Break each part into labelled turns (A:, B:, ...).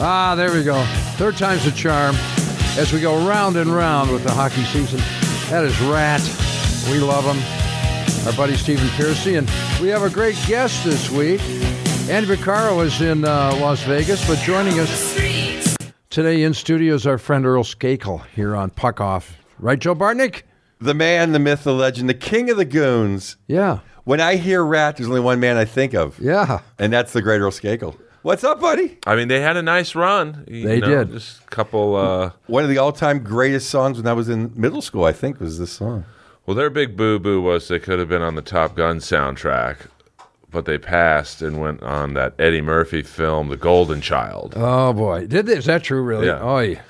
A: Ah, there we go. Third time's a charm. As we go round and round with the hockey season, that is Rat. We love him. Our buddy Stephen Piercy, and we have a great guest this week. Andy Vaccaro is in uh, Las Vegas, but joining us today in studio is our friend Earl Skakel here on Puck Off. Right, Joe Bartnick?
B: The man, the myth, the legend, the king of the goons.
A: Yeah,
B: When I hear Rat, there's only one man I think of,
A: yeah.
B: and that's the great Earl Skakel. What's up, buddy?
C: I mean, they had a nice run. you
A: They did.
C: Just a couple. Uh,
B: One of the all-time greatest songs when I was in middle school, I think, was this song.
C: well, their big boo boo was they could have been on the Top Gun soundtrack, but they passed and went on that Eddie Murphy film, The Golden Child.
A: Oh boy, did this? Is that true? Really?
C: Yeah.
A: Oh, yeah.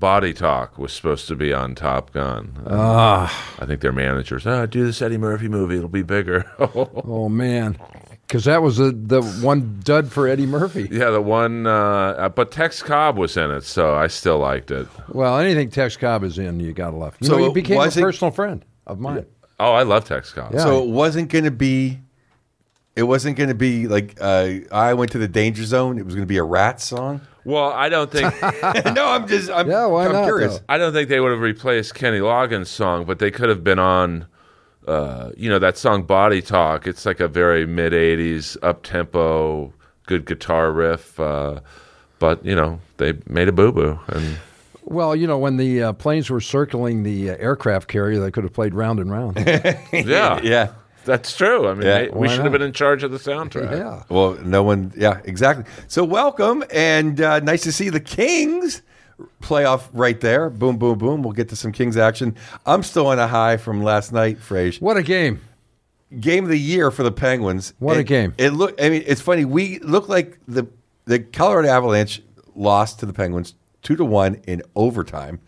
C: Body Talk was supposed to be on Top Gun.
A: Oh. Ah,
C: I think their managers, oh, do this Eddie Murphy movie, it'll be bigger.
A: oh man, because that was the the one dud for Eddie Murphy.
C: yeah, the one, uh, but Tex Cobb was in it, so I still liked it.
A: Well, anything Tex Cobb is in, you gotta love. You
B: So
A: know, he became a
B: was it-
A: personal friend of mine.
C: Oh, I love Tex Cobb.
A: Yeah.
B: So it wasn't going to be. It wasn't going to be like uh, I went to the danger zone. It was going to be a Rat song.
C: Well, I don't think.
B: no, I'm just. I'm,
A: Yeah, why
B: I'm
A: not,
B: curious.
A: though?
C: I don't think they would have replaced Kenny Loggins' song, but they could have been on, uh, you know, that song "Body Talk." It's like a very mid '80s up tempo, good guitar riff. Uh, but you know, they made a boo boo, and
A: Well, you know, when the uh, planes were circling the uh, aircraft carrier, they could have played round and round.
C: yeah,
B: Yeah.
C: that's true. I mean,
B: Yeah.
C: they-
A: Why
C: we should have
A: not?
C: been in charge of the soundtrack.
A: yeah.
B: Well, no one. Yeah, exactly. So welcome and uh, nice to see the Kings playoff right there. Boom, boom, boom. We'll get to some Kings action. I'm still on a high from last night, Frage.
A: What a game.
B: Game of the year for the Penguins.
A: What a
B: It-
A: game.
B: It look. I mean, it's funny. We look like the the Colorado Avalanche lost to the Penguins two to one in overtime.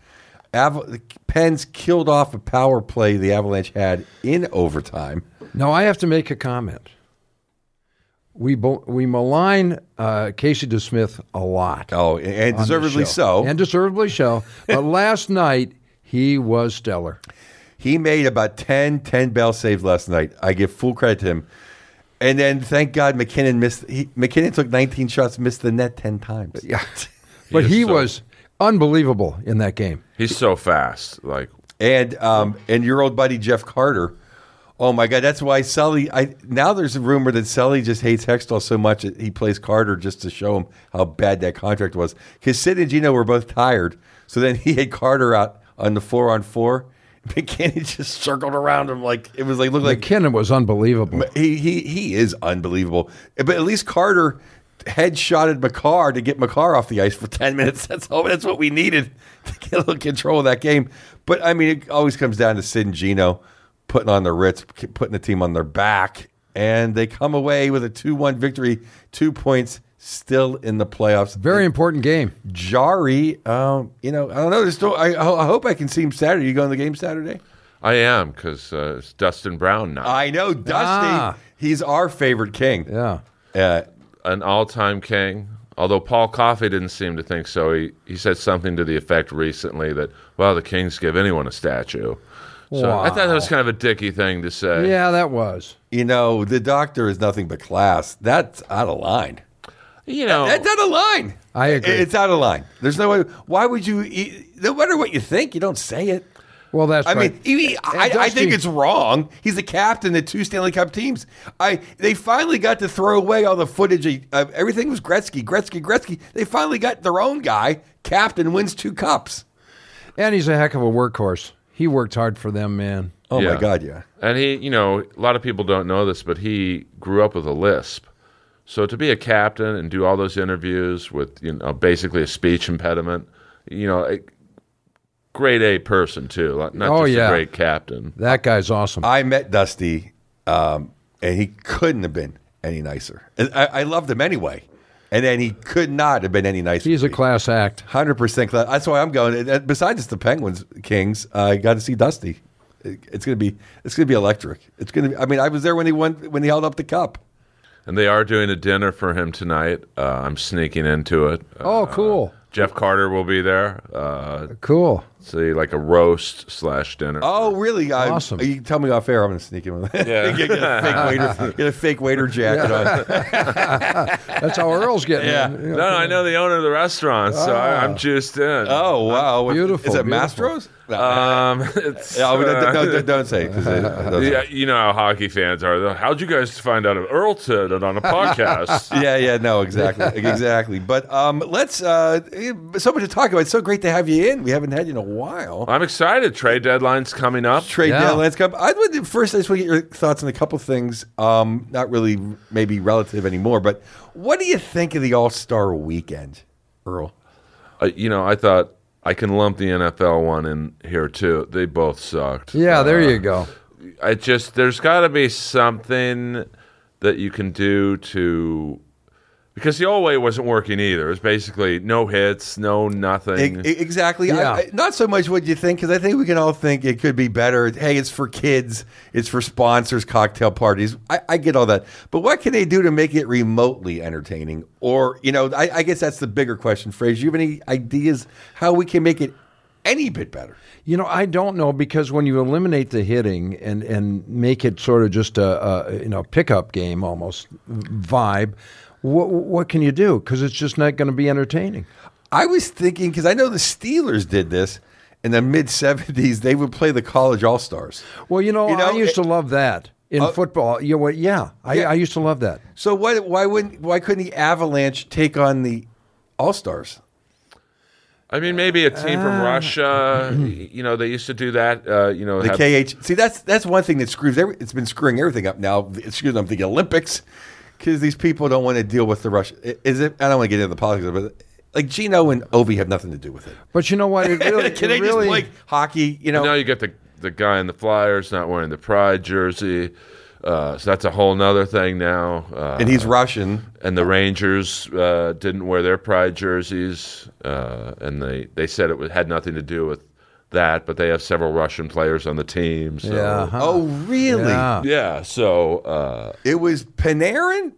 B: Ava- the Pens killed off a power play the Avalanche had in overtime.
A: Now, I have to make a comment. We, bo- we malign uh, Casey DeSmith a lot.
B: Oh, and- and
A: on this
B: deservedly
A: show.
B: so.
A: And deservedly so. but last night, he was stellar.
B: He made about 10, 10 bell saves last night. I give full credit to him. And then thank God McKinnon missed. He, McKinnon took 19 shots, missed the net 10 times.
A: Yeah. but
C: is
A: he
C: so-
A: was unbelievable in that game.
C: He's so fast, like
B: And um, and your old buddy Jeff Carter. Oh my God, that's why Sully. I now there's a rumor that Sully just hates Hextall so much that he plays Carter just to show him how bad that contract was. Because Sid and Gino were both tired, so then he had Carter out on the four on four. McKinnon just circled around him like it was like looked like
A: McKinnon was unbelievable.
B: But he he he is unbelievable. But at least Carter headshotted McCarr to get McCarr off the ice for ten minutes. That's all. That's what we needed to get a little control of that game. But I mean, it always comes down to Sid and Gino putting on their writs, putting the team on their back, and they come away with a two-one victory, two points. Still in the playoffs.
A: Very important game.
B: Jari, um, you know, I don't know. There's still, I, I hope I can see him Saturday. You going to the game Saturday?
C: I am because uh, it's Dustin Brown now.
B: I know, Dusty.
A: Ah.
B: He's our favorite king.
A: Yeah.
B: Uh,
C: an all-time king. Although Paul Coffey didn't seem to think so, he he said something to the effect recently that, "Well, the Kings give anyone a statue." So I thought that was kind of a dicky thing to say.
A: Yeah, that was.
B: You know, the doctor is nothing but class. That's out of line.
C: you know,
B: That's out of line.
A: I agree.
B: It's out of line. There's no way. Why would you? e- No matter what you think, you don't say it.
A: Well, that's
B: I
A: right.
B: mean, e- I,
A: And
B: I think
A: Dusty-
B: it's wrong. He's the captain of two Stanley Cup teams. I they finally got to throw away all the footage. Of, of- everything was Gretzky, Gretzky, Gretzky. They finally got their own guy. Captain wins two cups.
A: And he's a heck of a workhorse. He worked hard for them, man.
B: Oh my
C: Yeah.
B: God! Yeah.
C: and he, you know, a lot of people don't know this, but he grew up with a lisp. So to be a captain and do all those interviews with, you know, basically a speech impediment, you know, a grade A person too, not not
A: Oh,
C: just
A: yeah.
C: a great captain.
A: That guy's awesome.
B: I met Dusty, um, and he couldn't have been any nicer. And I, I loved him anyway, and then he could not have been any nicer.
A: He's a class act.
B: hundred percent. That's why I'm going. And Besides, it's the Penguins, Kings. uh, I got to see Dusty. It- It's gonna be. It's gonna be electric. It's gonna. Be, I mean, I was there when he won. When he held up the cup.
C: And they are doing a dinner for him tonight. Uh, I'm sneaking into it.
A: Oh, cool.
C: Jeff Carter will be there. Uh,
A: Cool.
C: say like a roast slash dinner.
B: Oh, really? I,
A: Awesome.
B: You can tell me off air. I'm going to sneak in with that.
C: Yeah.
B: get, get a fake waiter, get a fake waiter jacket on.
A: That's how Earl's getting.
B: Yeah.
A: in.
C: no, I know the owner of the restaurant, so
A: Ah.
C: I, I'm juiced in.
B: Oh, wow. What-
A: Beautiful,
B: Is it
A: beautiful.
B: Mastro's? No.
C: um, it's,
B: Yeah, we-
C: uh,
B: don't, don't, don't say it. 'cause it doesn't-
C: yeah, you know how hockey fans are. though. How'd you guys find out Earl said it on a podcast?
B: yeah, yeah, no, exactly, exactly. But um, let's uh, so much to talk about. It's so great to have you in. We haven't had you in a while.
C: I'm excited. Trade deadline's coming up.
B: Trade
A: Yeah.
B: deadline landscape. I would first. I just want to get your thoughts on a couple things. Um, not really, maybe relative anymore. But what do you think of the All Star Weekend, Earl?
C: Uh, you know, I thought I can lump the NFL one in here too. They both sucked.
A: Yeah, there
C: Uh,
A: you go.
C: I just there's got to be something that you can do to because the old way wasn't working either. It was basically no hits, no nothing.
B: E- e- exactly. I-
A: Yeah.
B: I- not so much what you think, because I think we can all think it could be better. Hey, it's for kids. It's for sponsors, cocktail parties. I, I get all that, but what can they do to make it remotely entertaining? Or you know, I, I guess that's the bigger question, Fraser. You have any ideas how we can make it any bit better?
A: You know, I don't know because when you eliminate the hitting and and make it sort of just a, a you know pickup game almost vibe, what what can you do? Because it's just not going to be entertaining.
B: I was thinking because I know the Steelers did this in the mid '70s. They would play the college all stars.
A: Well, you know,
B: You know,
A: I used
B: it-
A: to love that in
B: Uh,
A: football. You know, what- yeah, I,
B: Yeah.
A: I used to love that.
B: So why why wouldn't why couldn't the Avalanche take on the All Stars?
C: I mean, maybe a team
B: Ah.
C: from Russia. You know, they used to do that. Uh, you know,
B: The
C: have-
B: KH. See, that's that's one thing that screws. Every, it's been screwing everything up now. Excuse me, the Olympics, because these people don't want to deal with the Russia. i- Is it? I don't want to get into the politics, of it, but like Gino and Ovi have nothing to do with it.
A: But you know what? It really,
B: Can
A: it
B: they
A: really-
B: just like hockey? You know,
C: now you get the the guy in the Flyers not wearing the Pride jersey. Uh, so that's a whole nother thing now. Uh,
B: and he's Russian.
C: and the Rangers uh, didn't wear their pride jerseys, uh, and they, they said it had nothing to do with that, but they have several Russian players on the team. So.
A: yeah, uh-huh. huh.
B: Oh, really?
A: Yeah.
C: Yeah, so uh,
B: It was Panarin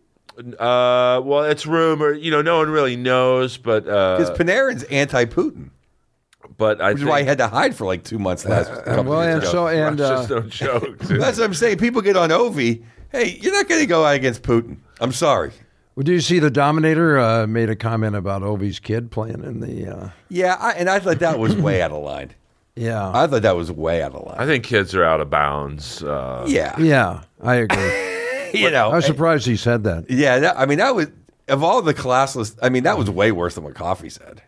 C: uh, well, it's rumored. You know, no one really knows, but
B: because
C: uh,
B: Panarin's anti-Putin,
C: but I
B: which is
C: think
B: why he had to hide for like two months last. couple
A: Uh, well,
B: years
A: and
B: ago.
A: so and uh,
C: Russia's no joke. dude.
B: that's what I'm saying. People get on Ovi. Hey, you're not going to go out against Putin. I'm sorry.
A: well, do you see the Dominator uh, made a comment about Ovi's kid playing in the uh,
B: Yeah, I, and I thought that was way out of line.
A: yeah
B: I thought that was way out of line.
C: I think kids are out of bounds. Uh,
B: Yeah,
A: yeah. I agree.
B: you know.
A: I was surprised he said that.
B: yeah, that, I mean, that was of all the classless. I mean, that was way worse than what Coffee said.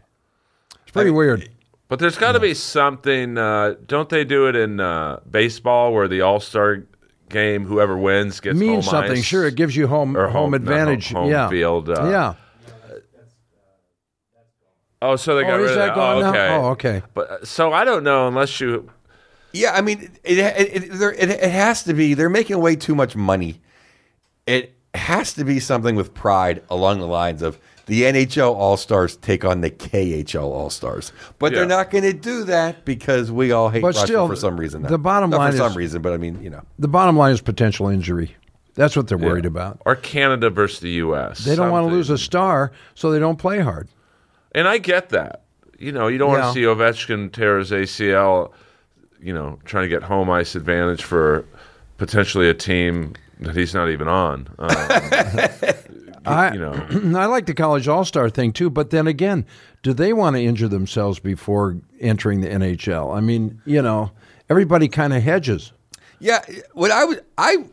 A: It's pretty weird.
C: But there's got to be something. Uh, don't they do it in uh, baseball where the All Star game, whoever wins gets
A: means
C: home
A: something.
C: ice?
A: Sure, it gives you home
C: Or home-
A: home
C: no,
A: advantage.
C: home- home
A: yeah,
C: field, uh,
A: yeah.
C: Oh, so they got
A: Oh,
C: rid
A: is
C: of
A: that gone
C: oh,
A: now?
C: okay.
A: Oh, okay.
C: But uh, so I don't know unless you.
B: Yeah, I mean, it it, it, there, it it has to be. They're making way too much money. It has to be something with pride along the lines of the NHL All Stars take on the KHL All Stars, but
C: Yeah.
B: they're not going to do that because we all hate
A: But
B: Russia
A: still,
B: for some reason.
A: the bottom
B: Not
A: line
B: for
A: is-
B: some reason, but I mean, you know,
A: The bottom line is potential injury. That's what they're worried about.
C: Or Canada versus the U.S.
A: They don't want to
C: something.
A: lose a star, so they don't play hard.
C: And I get that. You know, you don't
A: Yeah.
C: want to see Ovechkin tear his ACL. You know, trying to get home ice advantage for potentially a team that he's not even on. Uh,
A: I,
C: you know.
A: I like the college all star thing too, but then again, do they want to injure themselves before entering the NHL? I mean, you know, everybody kind of hedges.
B: Yeah, what I would I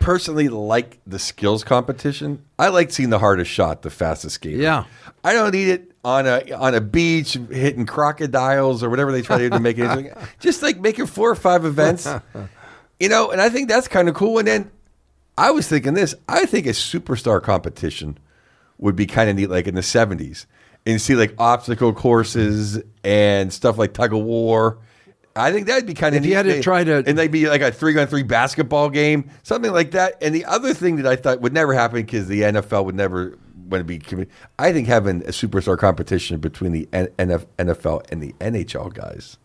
B: personally like the skills competition. I like seeing the hardest shot, the fastest skater.
A: Yeah.
B: I don't need it on a on a beach hitting crocodiles or whatever they try to do to make it. interesting. Just like making four or five events, you know. And I think that's kind of cool. And then I was thinking this. I think a superstar competition would be kind of neat, like in the seventies, and see like obstacle courses and stuff like tug of war. I think that'd be kind of
A: If you had to try to-
B: and they'd be like a three on three basketball game, something like that. And the other thing that I thought would never happen because the NFL would never want to be. commu- I think having a superstar competition between the N- NF- NFL and the NHL guys.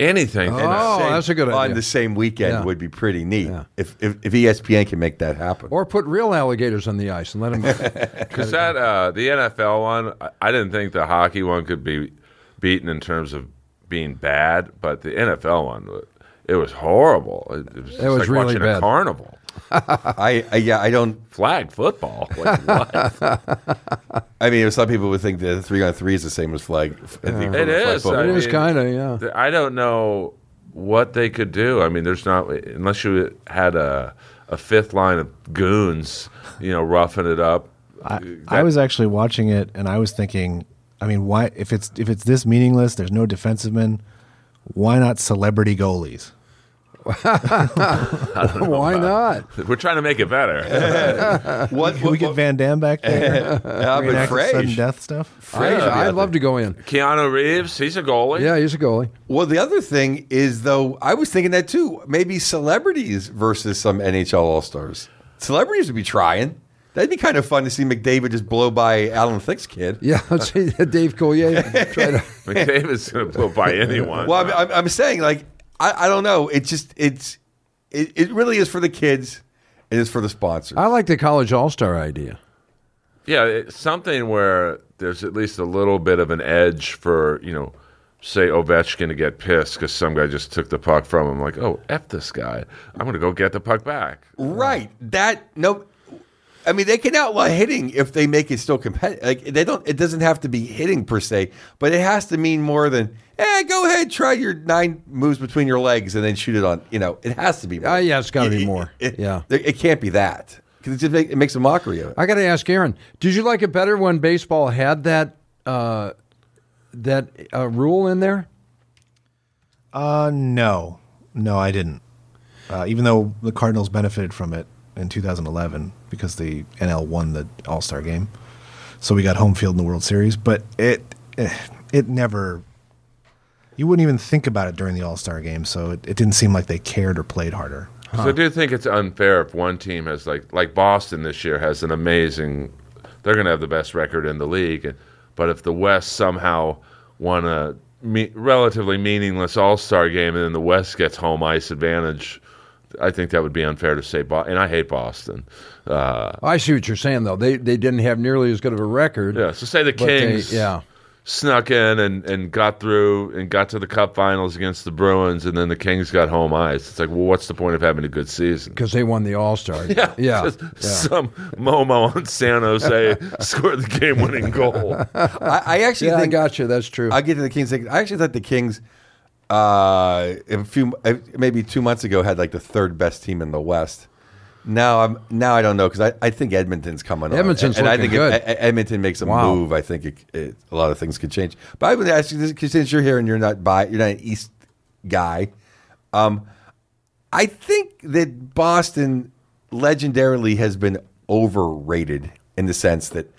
C: Anything. uh,
A: Oh, that's a good
B: on
A: idea.
B: the same weekend
A: Yeah.
B: would be pretty neat
A: Yeah.
B: if, if if E ESPN can make that happen.
A: Or put real alligators on the ice and let them.
C: Because that uh, the NFL one, I, I didn't think the hockey one could be beaten in terms of being bad, but the NFL one, it was horrible. It, it was, just
A: was
C: like
A: really
C: watching
A: bad.
C: a carnival.
B: I, I yeah, I don't.
C: Flag football. Like, what?
B: I mean, some people would think that three on three is the same as flag.
C: It is.
A: It
C: I
A: is
C: mean,
A: kind of, yeah.
C: th- I don't know what they could do. I mean, there's not unless you had a a fifth line of goons, you know, roughing it up.
D: I, I was actually watching it and I was thinking, I mean, why if it's if it's this meaningless, there's no defenseman, why not celebrity goalies?
A: Why not?
C: We're trying to make it better.
B: What,
D: Can we
B: what,
D: get Van Damme back there?
B: uh, but
D: Reenact the sudden
B: Frege-
D: death stuff.
B: Frege would be
A: I,
B: out
A: would love to
B: there.
A: go in.
C: Keanu Reeves, he's a goalie.
A: Yeah, he's a goalie.
B: Well, the other thing is though, I was thinking that too. Maybe celebrities versus some NHL All Stars. Celebrities would be trying. That'd be kind of fun to see McDavid just blow by Alan Thick's kid.
A: Yeah, let's see Dave Collier. Try to,
C: McDavid's going to blow by anyone.
B: Well, I'm, I'm, I'm saying like I, I don't know. It just it's it, it really is for the kids. It is for the sponsors.
A: I like the college all star idea.
C: yeah, it's something where there's at least a little bit of an edge for you know, say Ovechkin to get pissed because some guy just took the puck from him. Like, oh, f this guy. I'm going to go get the puck back.
B: Right. That no. I mean, they can outlaw hitting if they make it still competitive. Like they don't. It doesn't have to be hitting per se, but it has to mean more than eh. Go ahead, try your nine moves between your legs and then shoot it on. You know, it has to be. More.
A: Uh, yeah, it's gotta
B: It-
A: be
B: it-
A: more.
B: It,
A: Yeah.
B: there- it can't be that because it just make, it makes a mockery of it.
A: I got to ask Aaron, did you like it better when baseball had that uh, that uh, rule in there?
D: Uh no. No, I didn't. Uh, even though the Cardinals benefited from it in 2011 because the NL won the All-Star game. So we got home field in the World Series, but it eh, it never you wouldn't even think about it during the All-Star game, so it, it didn't seem like they cared or played harder.
C: So I do think it's unfair if one team has like like Boston this year has an amazing. They're going to have the best record in the league, and- but if the West somehow won a me, relatively meaningless All Star game and then the West gets home ice advantage, I think that would be unfair to say. Bo- and I hate Boston. Uh,
A: I see what you're saying though. They they didn't have nearly as good of a record.
C: yeah. So say the
A: But they-
C: Kings.
A: yeah.
C: Snuck in and, and got through and got to the cup finals against the Bruins, and then the Kings got home ice. It's like, well, what's the point of having a good season?
A: Because they won the All Star.
C: Yeah.
A: yeah.
C: Just Some Momo on San Jose scored the game winning goal.
B: I, I actually
A: Yeah, I
B: think
A: got you. That's true.
B: I'll get to the Kings. I actually thought the Kings, uh, a few uh, maybe two months ago, had like the third best team in the West. Now I'm now I don't know because I, I think Edmonton's coming on.
A: Edmonton's
B: and, I
A: looking
B: think
A: good.
B: if E- E- Edmonton makes a
A: Wow.
B: move, I think it, it, a lot of things could change. But I would ask you this because since you're here and you're not by you're not an East guy, um, I think that Boston legendarily has been overrated in the sense that,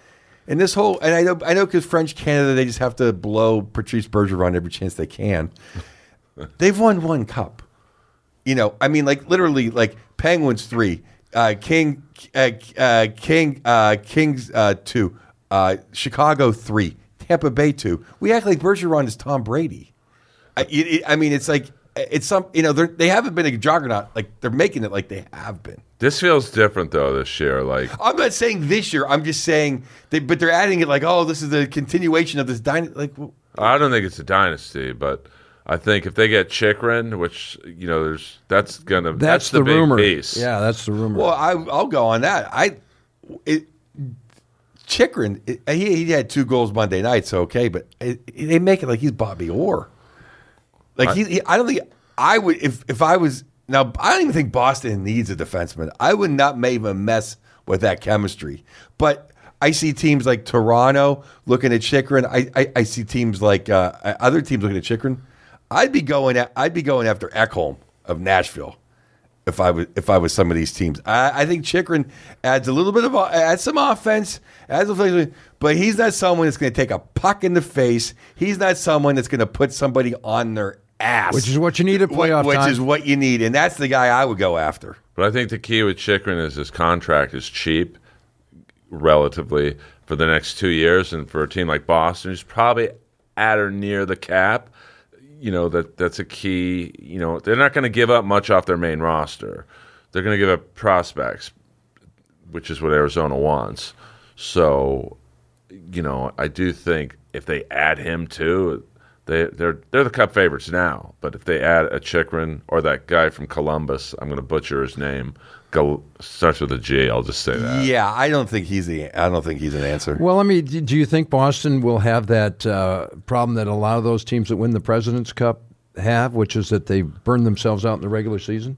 B: in this whole, and I know, I know, because French Canada, they just have to blow Patrice Bergeron every chance they can. They've won one cup. You know, I mean, like literally, like Penguins three, uh, King, uh, uh, King, uh, Kings uh, two, uh, Chicago three, Tampa Bay two. We act like Bergeron is Tom Brady. I, it, it- I mean, it's like it's some you know they're, they haven't been a juggernaut like they're making it like they have been.
C: This feels different though this year. Like
B: I'm not saying this year. I'm just saying they, but they're adding it like oh this is a continuation of this dynasty. Like w-
C: I don't think it's a dynasty, but I think if they get Chikrin, which you know, there's that's gonna that's,
A: that's,
C: the,
A: the,
C: big
A: rumor.
C: piece.
A: Yeah, that's the rumor.
B: well I I'll go on that. I it, Chikrin it, he he had two goals Monday night so okay, but it, it- they make it like he's Bobby Orr. Like he, he I don't think I would if if I was now I don't even think Boston needs a defenseman. I would not make a mess with that chemistry. But I see teams like Toronto looking at Chikrin. I I, I see teams like uh, other teams looking at Chikrin. I'd be going at, I'd be going after Ekholm of Nashville. If I was if I was some of these teams, I, I think Chikrin adds a little bit of o- adds some offense, adds a, but he's not someone that's going to take a puck in the face. He's not someone that's going to put somebody on their ass,
A: Which is what you need at playoff
B: which
A: time.
B: is what you need, and that's the guy I would go after.
C: But I think the key with Chikrin is his contract is cheap, relatively, for the next two years, and for a team like Boston, who's probably at or near the cap. You know that that's a key. You know they're not going to give up much off their main roster. They're going to give up prospects, which is what Arizona wants. So, you know, I do think if they add him too, They they're they're the cup favorites now, but if they add a Chikrin or that guy from Columbus, I'm going to butcher his name. Go starts with a G. I'll just say that.
B: Yeah, I don't think he's the. I don't think he's an answer.
A: Well, I mean, do do you think Boston will have that uh, problem that a lot of those teams that win the President's Cup have, which is that they burn themselves out in the regular season?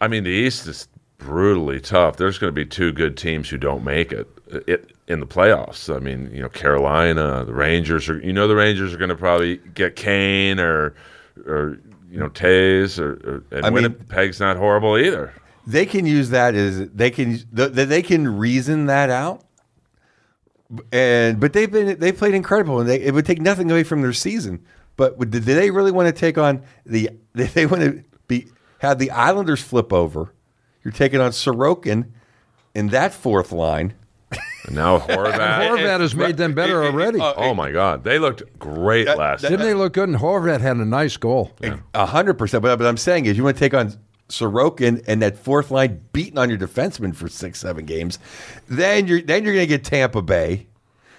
C: I mean, the East is brutally tough. There's going to be two good teams who don't make it, it in the playoffs. I mean, you know, Carolina, the Rangers are. You know, the Rangers are going to probably get Kane or, or you know, Tays or, or and
B: I mean-
C: Winnipeg's not horrible either.
B: they can use that as they can th- they can reason that out. And but they've been they played incredible, and they, it would take nothing away from their season. But would- did they really want to take on the? Did they want to be have the Islanders flip over? You're taking on Sorokin in that fourth line.
C: And now Horvat.
A: Horvat has made them better already.
C: Oh my God, they looked great last.
A: Didn't
C: night.
A: they look good? And Horvat had a nice goal.
B: A hundred percent. But what I'm saying is, you want to take on Sorokin and that fourth line beating on your defenseman for six, seven games. Then you're then you're going to get Tampa Bay.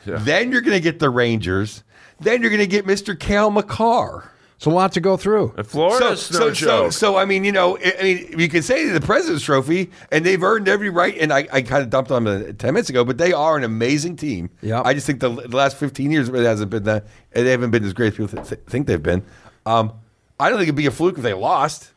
B: Then you're going to get the Rangers. Then you're going to get Mr. Cal McCarr.
A: It's a lot to go through.
C: And Florida's no
B: so, so,
C: joke.
B: so, I mean, you know, I I mean, you can say the President's Trophy, and they've earned every right. And I, I kind of dumped on them uh, ten minutes ago, but they are an amazing team.
A: Yep.
B: I just think the, the last fifteen years it hasn't been that they haven't been as great as people th- th- think they've been. Um, I don't think it'd be a fluke if they lost.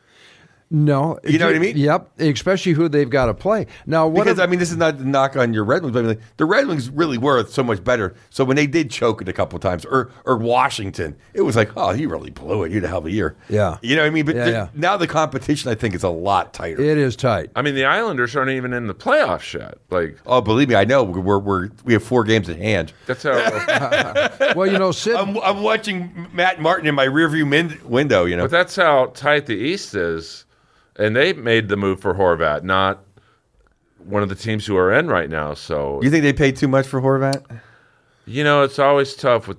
A: No,
B: You know what I mean?
A: Yep, especially who they've got to play. Now, what?
B: because
A: if-
B: I mean, this is not a knock on your Red Wings, but I mean, like, the Red Wings really were so much better. So when they did choke it a couple times, or or Washington, it was like, oh, he really blew it. You'd have a year.
A: Yeah.
B: you know what I mean. But
A: Yeah,
B: the-
A: yeah.
B: now the competition, I think, is a lot tighter.
A: it is tight.
C: I mean, the Islanders aren't even in the playoffs yet. Like
B: oh, believe me, I know. We're we're we have four games at hand.
C: that's how.
A: Well, you know, Sid.
B: I'm, I'm watching Matt Martin in my rearview min- window. You know,
C: but that's how tight the East is, and they made the move for Horvat, not one of the teams who are in right now. So
B: you think they paid too much for Horvat?
C: you know, it's always tough with.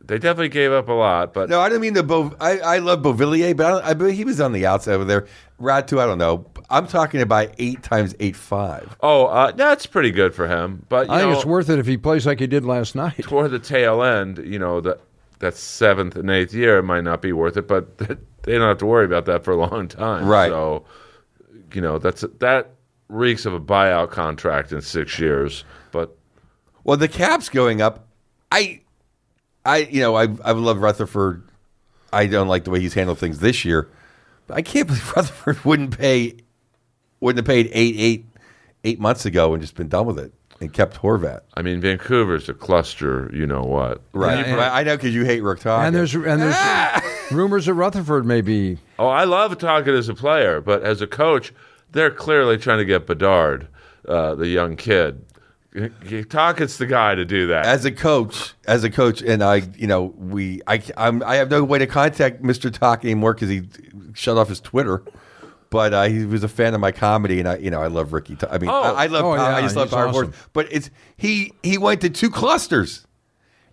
C: They definitely gave up a lot, but
B: No, I don't mean the Bo. I, I love Bovillier, but I, don't, I believe he was on the outside over there. Ratu, I don't know. I'm talking about eight times eight five.
C: oh, uh, that's pretty good for him. But you
A: I think
C: know,
A: it's worth it if he plays like he did last night.
C: toward the tail end, you know, that that seventh and eighth year it might not be worth it, but they don't have to worry about that for a long time.
B: Right.
C: So, you know, that's that reeks of a buyout contract in six years. But
B: Well, the cap's going up. I, I, you know, I, I love Rutherford. I don't like the way he's handled things this year. But I can't believe Rutherford wouldn't pay, wouldn't have paid eight, eight, eight months ago and just been done with it and kept Horvat.
C: I mean, Vancouver's a cluster. You know what?
B: Right.
A: and-
B: Right. I know because you hate Rukta.
A: And there's and there's rumors that Rutherford may be.
C: Oh, I love Talkett as a player, but as a coach, they're clearly trying to get Bedard, uh, the young kid. Talkett's the guy to do that.
B: as a coach, as a coach, and I, you know, we, I, I'm, I have no way to contact Mr. Talk anymore because he shut off his Twitter. But uh, he was a fan of my comedy, and I, you know, I love Ricky. Ta- I mean,
C: Oh.
B: I, I love,
A: Oh,
B: Tom- I
A: yeah,
B: just love
A: he's
B: Howard
A: awesome.
B: Ward. But it's he, he went to two clusters,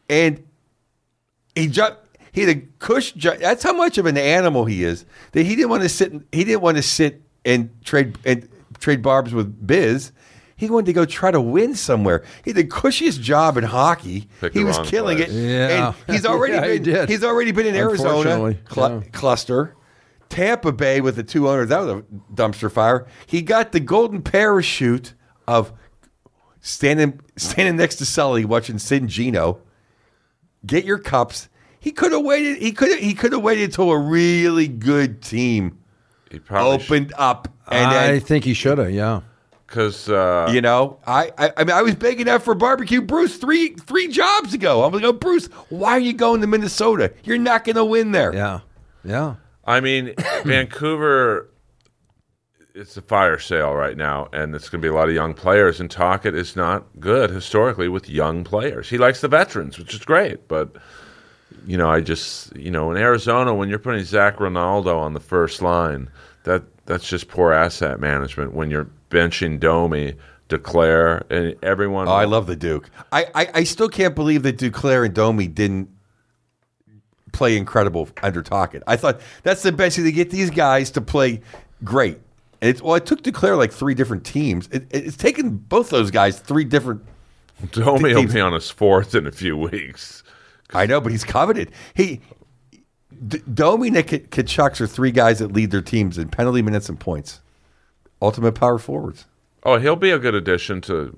B: and he jumped. He had a cush. Ju- that's how much of an animal he is. That he didn't want to sit. He didn't want to sit and trade and trade barbs with Biz. He wanted to go try to win somewhere. He had the cushiest job in hockey.
C: Picked
B: he
C: the
B: was
C: wrong
B: killing
C: place.
B: it.
A: Yeah.
B: And he's already
A: Yeah, he
B: been.
A: did.
B: He's already been in Arizona
A: Unfortunately,
B: cl-
A: yeah.
B: cluster. Tampa Bay with the two owners. That was a dumpster fire. He got the golden parachute of standing standing next to Sully watching Sin Gino get your cups. He could have waited. He could he could have waited until a really good team
C: He probably
B: opened up, and
A: I
B: then,
A: think he should have. Yeah.
C: because uh,
B: you know, I, I I mean, I was begging that for barbecue, Bruce, three three jobs ago. I'm like, oh, Bruce, why are you going to Minnesota? You're not going to win there.
A: Yeah. Yeah.
C: I mean, Vancouver, it's a fire sale right now, and it's going to be a lot of young players. And Talkett is not good historically with young players. He likes the veterans, which is great. But, you know, I just, you know, in Arizona, when you're putting Zach Ronaldo on the first line, that that's just poor asset management when you're benching Domi, Declare, and everyone.
B: Oh, I love the Duke. I, I, I still can't believe that Duclair and Domi didn't play incredible under Tockett. I thought that's the best thing to get these guys to play great. And it's well, it took Duclair like three different teams. It, it- it's taken both those guys three different.
C: Domi will be on his fourth in a few weeks.
B: I know, but he's coveted. He D- Dominic and Kachucks are three guys that lead their teams in penalty minutes and points. Ultimate power forwards.
C: Oh, he'll be a good addition to,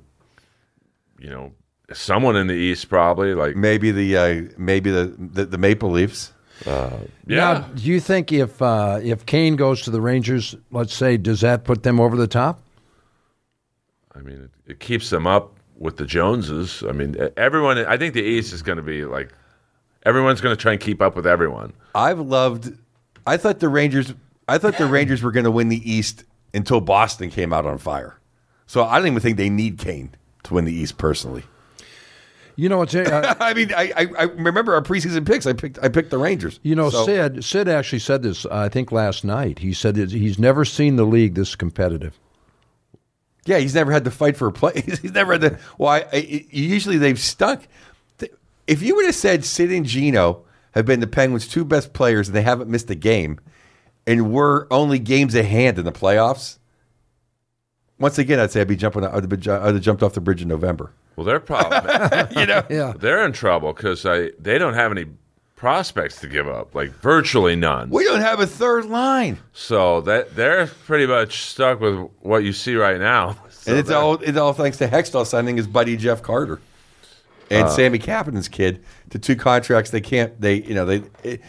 C: you know, someone in the East probably. Like,
B: Maybe the uh, maybe the, the the Maple Leafs.
A: Now,
C: yeah,
A: do you think if uh, if Kane goes to the Rangers, let's say, does that put them over the top?
C: I mean, it, it keeps them up with the Joneses. I mean, e, everyone. I think the East is going to be like everyone's going to try and keep up with everyone.
B: I've loved. I thought the Rangers. I thought the Rangers were going to win the East until Boston came out on fire. So I don't even think they need Kane to win the East personally.
A: You know what's uh,
B: I mean, I, I, I remember our preseason picks. I picked I picked the Rangers.
A: you know
B: So-
A: Sid Sid actually said this uh, I think last night. He said that he's never seen the league this competitive.
B: Yeah, he's never had to fight for a place. He's never had to. Why? I- I- usually they've stuck. Th- If you would have said Sid and Gino have been the Penguins' two best players and they haven't missed a game, and were only games at hand in the playoffs, once again I'd say I'd be jumping. I'd have, been, ju- uh, I'd have jumped off the bridge in November.
C: Well, their problem,
B: You know.
A: Yeah.
C: they're in trouble because I they don't have any prospects to give up, like virtually none.
B: We don't have a third line,
C: So that they're pretty much stuck with what you see right now. So
B: and it's
C: they're-
B: all it's all thanks to Hextall signing his buddy Jeff Carter and Sammy Kapanen's kid to two contracts they can't they you know they it,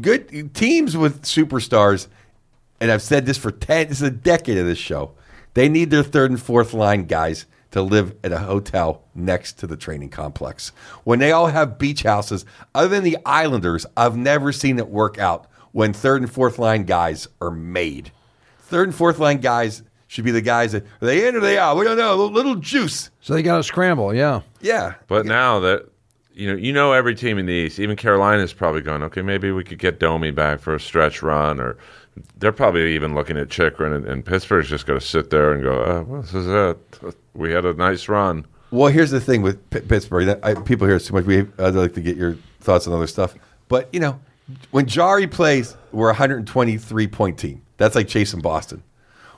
B: good teams with superstars, and I've said this for ten this is a decade of this show. They need their third and fourth line guys to live at a hotel next to the training complex. When they all have beach houses, other than the Islanders, I've never seen it work out when third and fourth line guys are made. Third and fourth line guys should be the guys that are they in or they out. We don't know. A little juice.
A: So they got to scramble, yeah.
B: Yeah.
C: But now that you know, you know every team in the East, even Carolina's probably going, okay, maybe we could get Domi back for a stretch run, or they're probably even looking at Chikrin, and, and Pittsburgh's just going to sit there and go, uh, well, this is it. We had a nice run.
B: Well, here's the thing with P- Pittsburgh. That I, people hear it too much. We I'd like to get your thoughts on other stuff, but you know, when Jari plays, we're a 123 point team. That's like chasing Boston.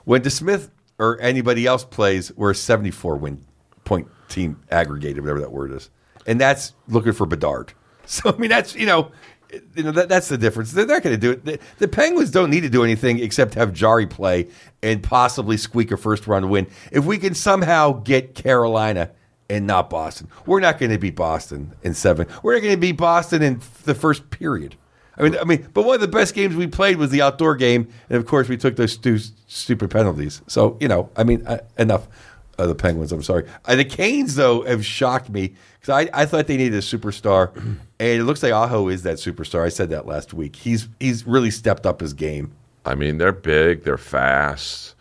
B: When DeSmith or anybody else plays, we're a 74 win point team aggregated, whatever that word is, and that's looking for Bedard. So I mean, that's you know. it- You know that, that's the difference. They're not going to do it. The, the Penguins don't need to do anything except have Jari play and possibly squeak a first round win. If we can somehow get Carolina and not Boston. We're not going to beat Boston in seven. We're not going to beat Boston in the first period. I mean, I mean, but one of the best games we played was the outdoor game, and of course we took those stu- stupid penalties. So you know, I mean, I, enough of the Penguins. I'm sorry. Uh, the Canes though have shocked me because I, I thought they needed a superstar, and it looks like Aho is that superstar. I said that last week. He's he's really stepped up his game.
C: I mean, they're big, they're fast.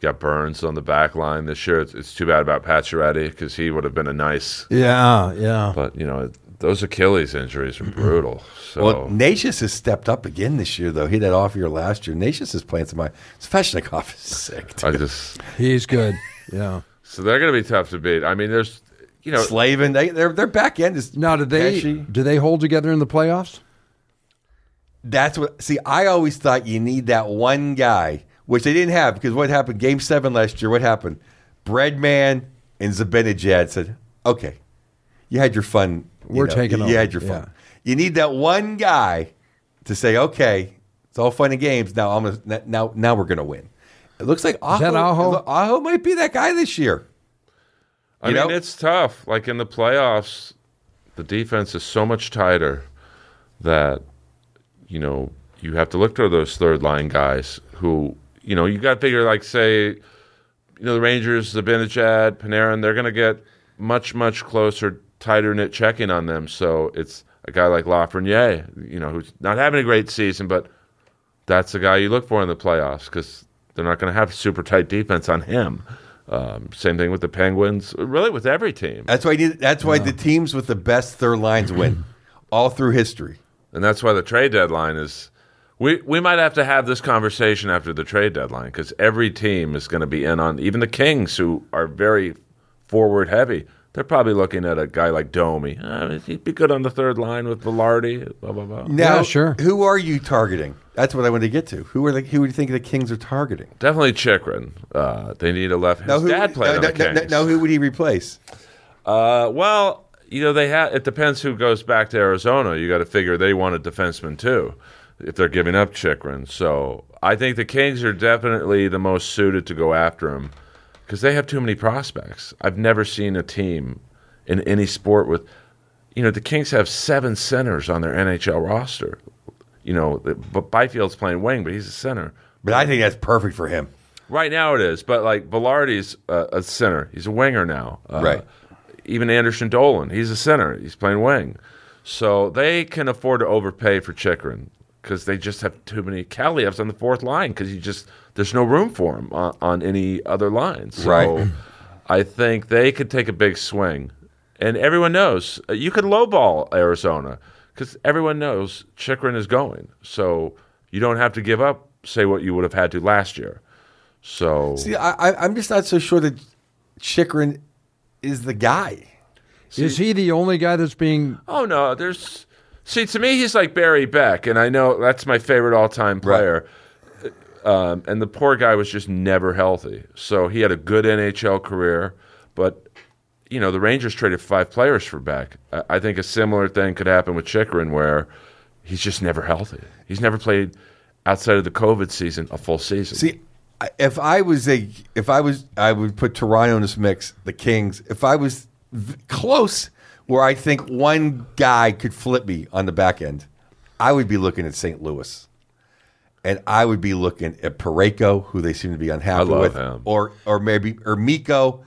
C: Got Burns on the back line this year. It's, it's too bad about Pacioretty because he would have been a nice,
A: Yeah, yeah.
C: but you know, those Achilles injuries are brutal. So
B: Well, Natius has stepped up again this year, though. He had that off year last year. Natius is playing some. Sveshnikov is sick. Dude.
C: I just
A: He's good. Yeah.
C: so they're going to be tough to beat. I mean, there's you know,
B: Slavin, they, their their back end is
A: Now, did they
B: Pesci.
A: do they hold together in the playoffs?
B: That's what. See, I always thought you need that one guy, which they didn't have because what happened? Game seven last year, what happened? Breadman and Zabinajad said, "Okay, you had your fun. you
A: We're taking
B: you,
A: over."
B: You had your fun.
A: Yeah.
B: You need that one guy to say, "Okay, it's all fun and games. Now I'm gonna, now now we're gonna win." It looks like Aho,
A: that Aho?
B: Aho might be that guy this year.
C: I
B: You
C: mean,
B: know?
C: it's tough. Like in the playoffs, the defense is so much tighter that, you know, you have to look to those third line guys who, you know, you got to figure, like, say, you know, the Rangers, the Benajad, Panarin, they're going to get much, much closer, tighter knit checking on them. So it's a guy like Lafreniere, you know, who's not having a great season, but that's the guy you look for in the playoffs because they're not going to have super tight defense on him. Um, same thing with the Penguins, really with every team,
B: That's why you need, that's why the teams with the best third lines win, all through history.
C: and that's why the trade deadline is. We we might have to have this conversation after the trade deadline because every team is going to be in on even the Kings who are very forward heavy. They're probably looking at a guy like Domi. Uh, he'd be good on the third line with Velarde. Blah blah blah.
B: Now,
A: Yeah, sure.
B: Who are you targeting? That's what I want to get to. Who are the, who do you think the Kings are targeting?
C: Definitely Chikrin. Uh, they need a left. His
B: who,
C: dad played
B: now,
C: on
B: now-
C: the Kings.
B: now- now who would he replace?
C: Uh, well, you know they have. It depends who goes back to Arizona. You got to figure they want a defenseman too, if they're giving up Chikrin. So I think the Kings are definitely the most suited to go after him because they have too many prospects. I've never seen a team in any sport with, you know, the Kings have seven centers on their NHL roster. You know, the- but Byfield's playing wing, but he's a center.
B: But I think that's perfect for him.
C: Right now it is, but like Velarde's uh, a center. He's a winger now. Uh,
B: Right.
C: Even Anderson Dolan, he's a center. He's playing wing. So they can afford to overpay for Chikrin because they just have too many Kalievs on the fourth line because you just there's no room for him on, on any other line. So
B: Right.
C: I think they could take a big swing, and everyone knows uh, you could lowball Arizona because everyone knows Chikrin is going. So you don't have to give up. Say what you would have had to last year. So
B: See, I, I, I'm just not so sure that Chikrin is the guy.
A: Is he the only guy that's being?
C: Oh no, there's see to me he's like Barry Beck, and I know that's my favorite all-time player. Um, and the poor guy was just never healthy. So he had a good NHL career, but you know the Rangers traded five players for Beck. I, I think a similar thing could happen with Chikrin, where he's just never healthy. He's never played outside of the COVID season a full season.
B: See, I- if I was a, if I was, I would put Toronto in this mix. The Kings. If I was v- close, where I think one guy could flip me on the back end, I would be looking at St. Louis, and I would be looking at Pareko, who they seem to be unhappy
C: I love
B: with,
C: him.
B: or or maybe or Miko.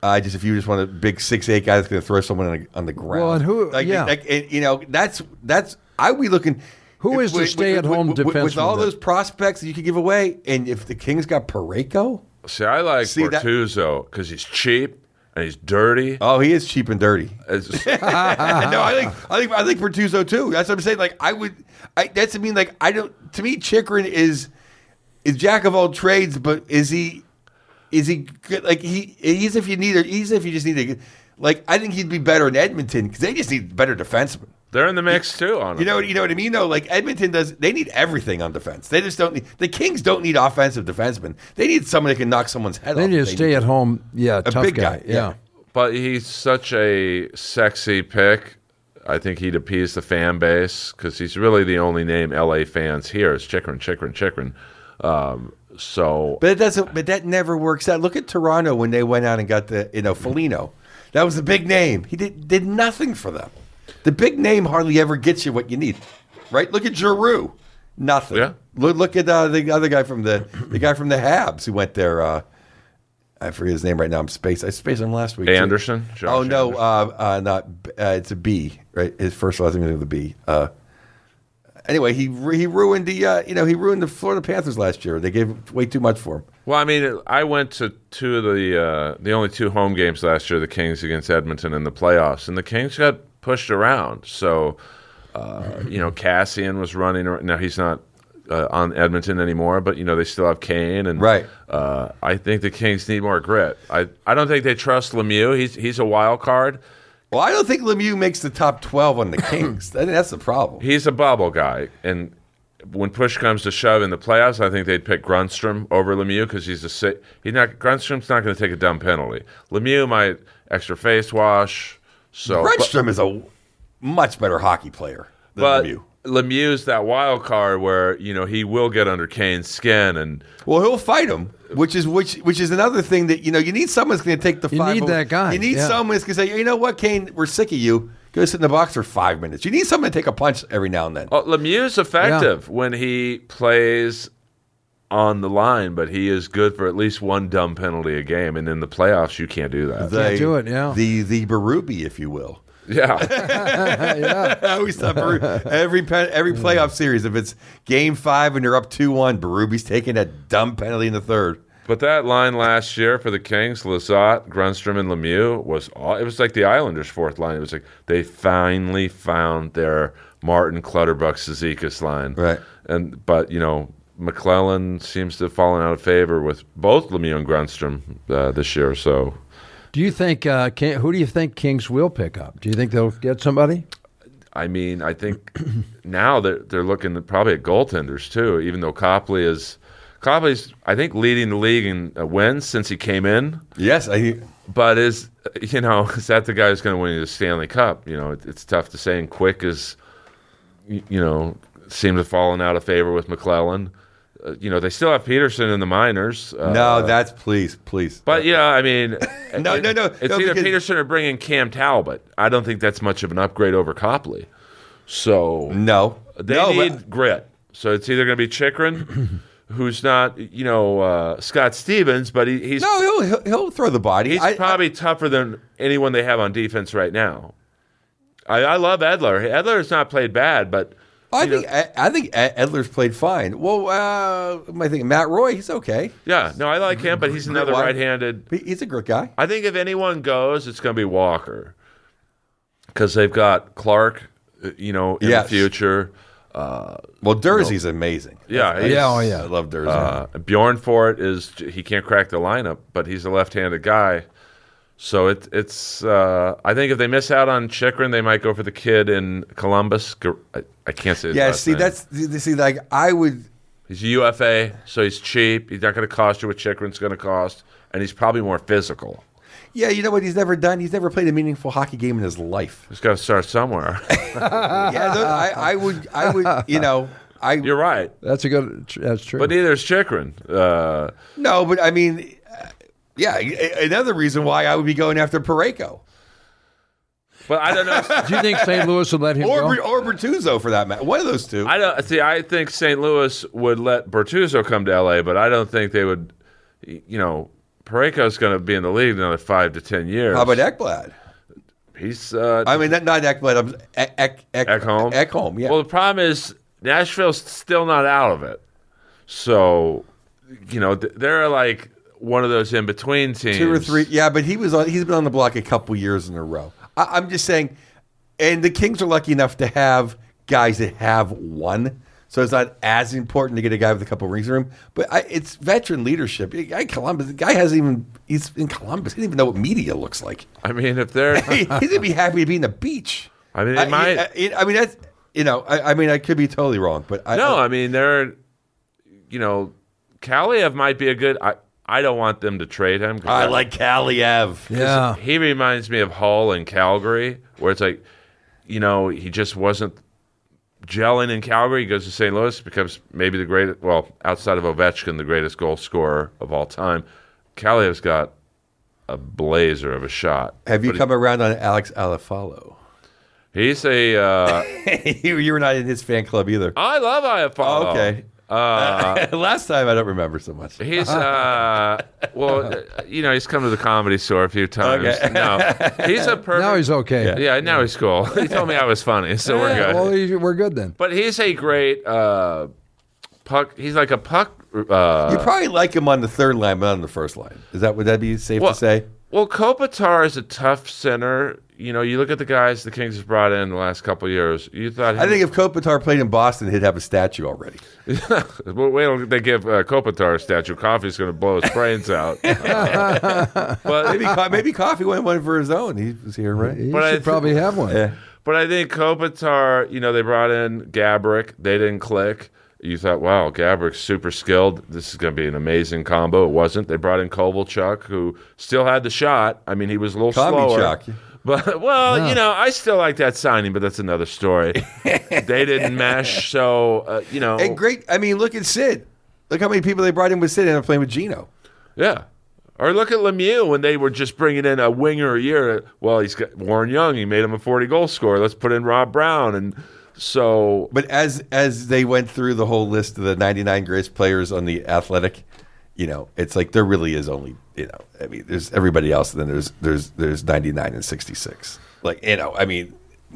B: Uh, just if you just want a big six eight guy that's going to throw someone on the, on the ground.
A: Well, and who-
B: Like,
A: yeah.
B: like, and, you know, that's that's I would be looking.
A: Who is the stay-at-home
B: with, with, with,
A: defenseman
B: all
A: that-
B: those prospects that you could give away. And if the Kings got Pareko,
C: See, I like
B: See, that-
C: Portuzo because he's cheap and he's dirty.
B: oh, he is cheap and dirty.
C: It's-
B: no, I think I think I think Bertuzzo too. That's what I'm saying. Like I would, I that's I mean like I don't. To me, Chikrin is is jack of all trades, but is he is he good? Like he he's if you need a, he's if you just need a like I think he'd be better in Edmonton because they just need better defensemen.
C: they're in the mix too. On
B: You know, you know what I mean. Though, like Edmonton does, they need everything on defense. They just don't need the Kings. Don't need offensive defensemen. They need someone that can knock someone's head
A: They
B: off.
A: need
B: if
A: to stay at home. Yeah, tough
B: big
A: guy.
B: guy,
A: Yeah.
B: yeah.
C: But he's such a sexy pick. I think he'd appease the fan base because he's really the only name LA fans hear is Chikrin, Chikrin, Chikrin. Um, so
B: But it doesn't. But that never works out. Look at Toronto when they went out and got the you know Foligno. That was a big name. He did did nothing for them. The big name hardly ever gets you what you need, right? Look at Giroux. Nothing.
C: Yeah.
B: Look, look at uh, the other guy from the the guy from the Habs who went there. Uh, I forget his name right now. I'm space. I spaced him last week. too.
C: Anderson? Josh
B: oh no,
C: Anderson?
B: Uh, uh, not uh, it's a B. Right, his first last name is with a B. Uh, anyway, he ru- he ruined the uh, you know he ruined the Florida Panthers last year. They gave way too much for him.
C: well, I mean, I went to two of the uh, the only two home games last year, the Kings against Edmonton in the playoffs, and the Kings got pushed around. So uh, you know, Cassian was running. ar- Now he's not uh, on Edmonton anymore, but you know they still have Kane and
B: Right.
C: Uh, I think the Kings need more grit. I, I don't think they trust Lemieux. He's he's a wild card.
B: Well, I don't think Lemieux makes the top twelve on the Kings. I think that's the problem.
C: He's a bubble guy, and when push comes to shove in the playoffs, I think they'd pick Grunstrom over Lemieux because he's a sa- he's not Grunstrom's not going to take a dumb penalty. Lemieux might extra face wash. So oh, but-
B: Bredstrom is a much better hockey player than
C: but
B: Lemieux.
C: Lemieux's that wild card where you know he will get under Kane's skin and.
B: Well, he'll fight him, which is which which is another thing that you know you need someone that's going to take the
A: You
B: five.
A: need that guy,
B: You need
A: yeah.
B: someone that's going to say, you know what, Kane, we're sick of you. Go sit in the box for five minutes. You need someone to take a punch every now and then.
C: Oh, Lemieux's effective when he plays on the line, but he is good for at least one dumb penalty a game. And in the playoffs, you can't do that.
B: They-
A: do it, yeah.
B: the the Baruby, if you will.
C: yeah.
B: I always thought Berube, every pen, every playoff series, if it's game five and you're up two one, Baruby's taking that dumb penalty in the third.
C: but that line last year for the Kings, Lazat, Grunstrom, and Lemieux was all, it was like the Islanders' fourth line. It was like they finally found their Martin Clutterbuck Zizekas line.
B: Right.
C: And but you know, McClellan seems to have fallen out of favor with both Lemieux and Grunstrom uh, this year. So
A: Do you think? Uh, King, who do you think Kings will pick up? Do you think they'll get somebody?
C: I mean, I think now they're, they're looking at- probably at goaltenders too, even though Copley is Copley's, I think, leading the league in uh, wins since he came in.
B: Yes, I.
C: But is you know is that the guy who's going to win you the Stanley Cup? You know, it, it's tough to say. And Quick is, y- you know, seems to have fallen out of favor with McClellan. Uh, you know, they still have Peterson in the minors. Uh,
B: No, that's please, please.
C: But yeah, I mean,
B: No,
C: it-
B: no, no,
C: It's
B: no,
C: either
B: because-
C: Peterson or bringing Cam Talbot. I don't think that's much of an upgrade over Copley. So
B: no,
C: they
B: no, but-
C: need grit. So it's either going to be Chikrin, who's not, you know, uh, Scott Stevens, but he, he's
B: no, he'll, he'll he'll throw the body.
C: he's
B: I- I-
C: probably tougher than anyone they have on defense right now. I, I love Edler. Edler's not played bad, but
B: I
C: you know-
B: think I, I think Ed- Edler's played fine. Well, uh, I think Matt Roy, he's okay.
C: yeah, no, I like him, but he's another
B: Why-
C: right-handed.
B: He- He's a great guy.
C: I think if anyone goes, it's going to be Walker because they've got Clark, uh, you know, in
B: Yes.
C: the future. Uh,
B: Well, Dursey's amazing.
C: Yeah, he's-
D: Yeah, oh, yeah.
B: I love Dursey.
C: Uh, Bjorn Fort is he can't crack the lineup, but he's a left-handed guy. So it, it's uh, I think if they miss out on Chikrin, they might go for the kid in Columbus. Gar- I, I can't say. His
B: yeah,
C: last
B: see,
C: name.
B: that's see, see, like I would.
C: he's a UFA, so he's cheap. He's not going to cost you what Chikrin's going to cost, and he's probably more physical.
B: Yeah, you know what? He's never done. He's never played a meaningful hockey game in his life.
C: He's got to start somewhere.
B: yeah, no, I, I would. I would. You know, I
C: You're right.
A: That's a good. That's true.
C: But neither is Chikrin. Uh,
B: no, but I mean, uh, yeah, a- another reason why I would be going after Pareko
C: but I don't know.
A: Do you think St. Louis would let him
B: or
A: go?
B: Ber- or Bertuzzo for that matter. One of those two.
C: I don't see. I think St. Louis would let Bertuzzo come to L.A., but I don't think they would. You know, Pareko's going to be in the league another five to ten years.
B: How about Ekblad?
C: He's uh,
B: I mean, not, not Ekblad. I'm Ek Ek Ek-
C: Ekholm.
B: Ekholm, Yeah.
C: Well, the problem is Nashville's still not out of it, so you know th- they're like one of those in between teams.
B: two or three. Yeah, but he was on. He's been on the block a couple years in a row. I, I'm just saying, and the Kings are lucky enough to have guys that have won, so it's not as important to get a guy with a couple rings in him. But I, it's veteran leadership. The guy Columbus. The guy hasn't even. He's in Columbus. He doesn't even know what media looks like.
C: I mean, if they're
B: He- he's gonna be happy to be in the beach.
C: I mean, they might-
B: I, I mean, that's you know. I, I mean, I could be totally wrong, but I,
C: No,
B: I,
C: I mean they're, you know, Kaliev might be a good. I I don't want them to trade him. 'cause
B: I
C: that-
B: like Kaliev.
A: yeah.
C: He reminds me of Hall in Calgary, where it's like, you know, he just wasn't gelling in Calgary. He goes to St. Louis, becomes maybe the greatest. Well, outside of Ovechkin, the greatest goal scorer of all time. Kaliev's got a blazer of a shot.
B: Have you come around on Alex Alafalo?
C: He's a. Uh,
B: you, you were not in his fan club either.
C: I love IFL.
B: Oh, okay. Uh, Last time I don't remember so much.
C: He's uh well, uh, you know, he's come to the comedy store a few times.
B: Okay.
C: No, he's a perfect.
A: Now he's okay.
C: yeah, now he's cool. He told me I was funny, so we're
A: Yeah,
C: good.
A: well, he- we're good then.
C: but he's a great uh puck. He's like a puck.
B: You
C: Uh,
B: probably like him on the third line, but on the first line. Is that would that be safe
C: well,
B: to say?
C: well, Kopitar is a tough center. You know, you look at the guys the Kings have brought in the last couple of years. You thought
B: I think if Kopitar played in Boston, he'd have a statue already.
C: Well, wait till they give uh, Kopitar a statue. Coffee's going to blow his brains out. but
B: Maybe Co- maybe Coffee went one for his own. He was here, right?
A: He
C: But I
A: should
C: th-
A: probably have one.
B: Yeah.
C: But I think Kopitar, you know, they brought in Gabrick. They didn't click. You thought, wow, Gabrick's super skilled. This is going to be an amazing combo. It wasn't. They brought in Kovalchuk, who still had the shot. I mean, he was a little
B: Kovalchuk.
C: slower. But well, you know, I still like that signing, but that's another story. they didn't mesh, so uh, you know,
B: And great. I mean, look at Sid. Look how many people they brought in with Sid and are playing with Gino.
C: yeah. Or look at Lemieux when they were just bringing in a winger a year. Well, he's got Warren Young. He made him a forty goal scorer. Let's put in Rob Brown, and so
B: But as as they went through the whole list of the 99 greatest players on the Athletic, you know, it's like there really is only you know, I mean, there's everybody else, and then there's there's there's 99 and 66. Like you know, I mean,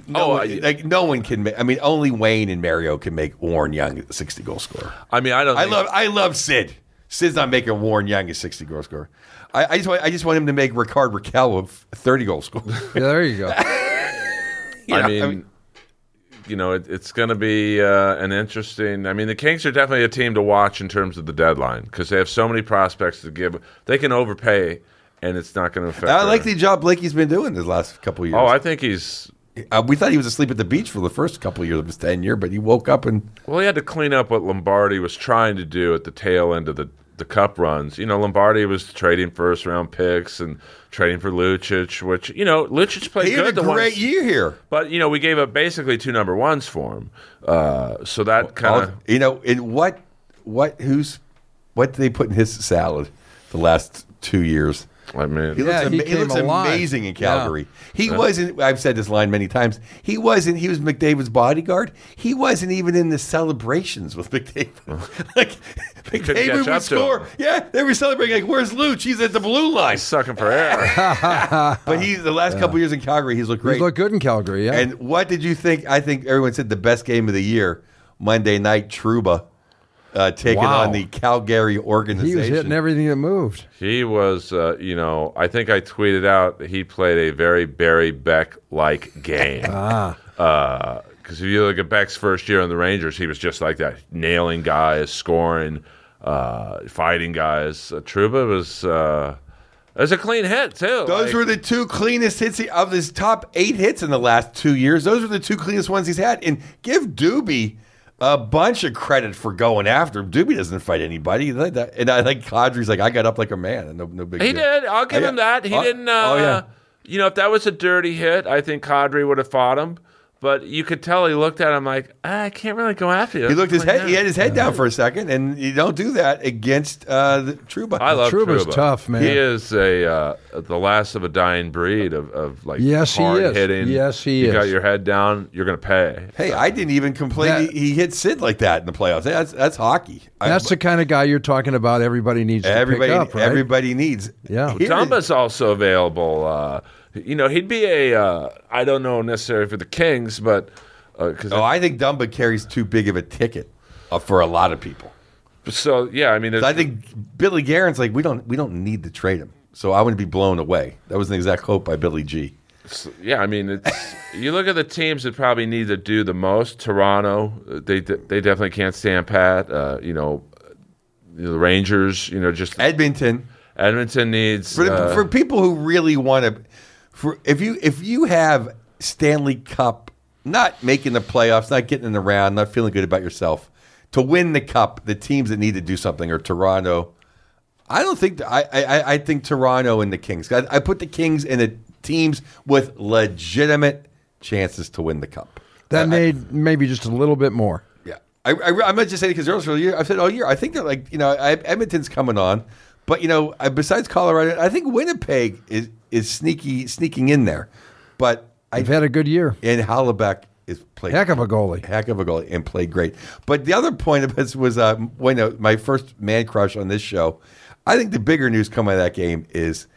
B: no,
C: Oh,
B: one-
C: I-
B: like no one can. make I mean, only Wayne and Mario can make Warren Young a 60 goal scorer.
C: I mean, I don't.
B: I
C: think-
B: love I love Sid. Sid's not making Warren Young a 60 goal scorer. I, I just want I just want him to make Ricard Raquel a 30 goal scorer.
A: Yeah, there you go.
B: You know,
C: I, mean, you know, it, it's going to be uh, an interesting. I mean, the Kings are definitely a team to watch in terms of the deadline because they have so many prospects to give. They can overpay, and it's not going to affect.
B: I like
C: their-
B: the job Blakey's been doing this last couple years.
C: Oh, I think he's
B: Uh, we thought he was asleep at the beach for the first couple of years of his tenure, but he woke up and
C: Well, he had to clean up what Lombardi was trying to do at the tail end of the, the cup runs. You know, Lombardi was trading first round picks and trading for Lucic, which, you know, Lucic played
B: he
C: good.
B: had a
C: the
B: great
C: ones-
B: year here.
C: But, you know, we gave up basically two number ones for him. Uh, so that kind of.
B: All- you know, in what what who's what did they put in his salad the last two years?
C: I mean,
B: He looks,
A: he
B: ama- he
A: came
B: looks
A: alive.
B: amazing in
A: Yeah.
B: Calgary. He wasn't. I've said this line many times. He wasn't. He was McDavid's bodyguard. He wasn't even in the celebrations with McDavid. like
C: catch
B: McDavid would
C: up to
B: score.
C: him.
B: Yeah, they were celebrating. Like, where's Luch? He's at the blue line.
C: sucking for air.
B: But he, the last couple years in Calgary, he's looked great.
A: He's looked good in Calgary, yeah.
B: And what did you think? I think everyone said the best game of the year, Monday night Truba uh, taking
A: Wow.
B: on the Calgary organization.
A: he was hitting everything that moved.
C: He was, uh, you know, I think I tweeted out that he played a very Barry Beck like game.
B: Ah.
C: Because if you look at Beck's first year in the Rangers, he was just like that, nailing guys, scoring, uh, fighting guys. Uh, Truba was, uh, it was a clean hit, too.
B: Those
C: Like,
B: were the two cleanest hits he, of his top eight hits in the last two years. Those were the two cleanest ones he's had. And give Doobie a bunch of credit for going after him. Doobie doesn't fight anybody. Like that- And I think Cadre's like, I got up like a man. and No, no big
C: He
B: deal.
C: did. I'll give
B: Oh,
C: him
B: yeah.
C: that. He
B: Oh,
C: didn't. Uh,
B: oh, yeah.
C: You know, if that was a dirty hit, I think Kadri would have fought him. But you could tell he looked at him like, "Ah, I can't really go after you.
B: He looked his
C: Like,
B: head. He
C: no.
B: had his head down for a second, and you don't do that against uh, the Truba.
C: I love
A: Truba's
C: Truba.
A: tough, man.
C: He is a uh, the last of a dying breed of, of like
A: Yes, he is.
C: hard hitting.
A: Yes, he
C: you
A: is.
C: got your head down, you're gonna pay.
B: Hey, I didn't even complain.
A: That-
B: he, he hit Sid like that in the playoffs. That's that's hockey. I-
A: That's the kind of guy you're talking about. Everybody needs to
B: everybody
A: pick up, right?
B: everybody needs.
A: Yeah.
B: Here-
C: Dumba's also available. Uh, you know, he'd be a uh, I don't know necessarily for the Kings, but uh, because
B: Oh, I think Dumba carries too big of a ticket uh, for a lot of people.
C: so yeah, I mean, there's,
B: So I think Billy Garrett's like we don't we don't need to trade him. So I wouldn't be blown away. That was an exact quote by Billy G.
C: yeah, I mean, it's you look at the teams that probably need to do the most. Toronto, uh, they they definitely can't stand pat. Uh, you know, the Rangers, you know, just
B: Edmonton
C: Edmonton needs
B: for,
C: uh,
B: for people who really want to for if you if you have Stanley Cup not making the playoffs, not getting in the round, not feeling good about yourself to win the cup, the teams that need to do something are Toronto. I don't think I I, I think Toronto and the Kings. I, I put the Kings in the teams with legitimate chances to win the cup.
A: That made maybe just a little bit more.
B: Yeah, I, I, I'm not just saying because earlier year, I've said all year. I think they're like you know I, Edmonton's coming on, but you know I, besides Colorado, I think Winnipeg is is sneaky sneaking in there, but I
A: I've had a good year.
B: and Hollaback is played
A: Heck of a goalie.
B: heck of a goalie and played great. But the other point of this was uh, when uh, my first man crush on this show. I think the bigger news coming out of that game is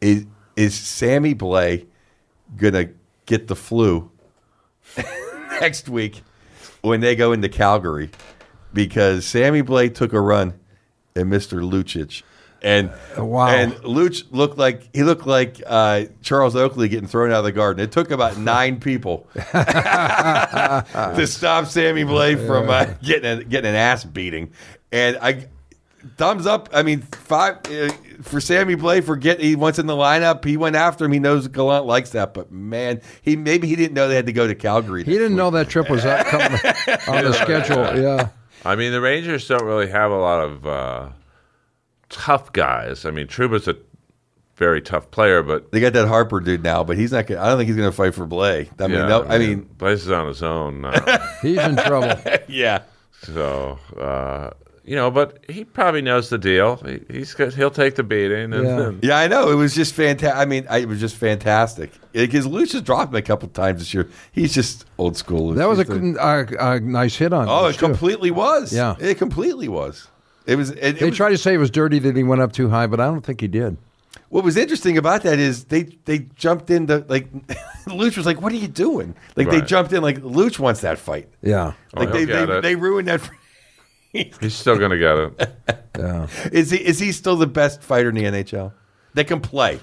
B: is is Sammy Blay gonna get the flu next week when they go into Calgary because Sammy Blay took a run at Mr. Lucic. And
A: Wow.
B: and Luch looked like he looked like uh, Charles Oakley getting thrown out of the garden. It took about nine people to stop Sammy Blay from uh, getting a, getting an ass beating. And I thumbs up. I mean, five uh, for Sammy Blay for get he wants in the lineup. He went after him. He knows Gallant likes that. But man, he maybe he didn't know they had to go to Calgary.
A: He didn't know that trip was up coming on the schedule. Yeah.
C: I mean, the Rangers don't really have a lot of uh, tough guys. I mean, Truba's a very tough player, but
B: They got that Harper dude now, but he's not. Gonna, I don't think he's going to fight for Blay. I mean,
C: yeah,
B: no, I mean,
C: Blaze is on his own now,
A: He's in trouble.
B: yeah.
C: so uh, you know. But he probably knows the deal. He, he's good. he'll take the beating, and,
A: Yeah.
C: and-
B: Yeah, I know. It was just fantastic. I mean, I, it was just fantastic. Because Luch has dropped him a couple times this year. He's just old school. Luch.
A: That was
B: He's
A: a, a, a nice hit on.
B: oh,
A: us,
B: it
A: too.
B: completely was.
A: Yeah.
B: it completely was. It was. It, it
A: They
B: was-
A: tried to say it was dirty that he went up too high, but I don't think he did.
B: What was interesting about that is they they jumped into like Luch was like, "What are you doing?" Like they
C: Right.
B: jumped in like Luch wants that fight.
A: Yeah.
C: Oh,
B: Like
C: he'll
B: they
C: get
B: they,
C: it.
B: they ruined that.
C: he's still gonna get it.
A: Yeah.
B: Is he is he still the best fighter in the NHL that can play?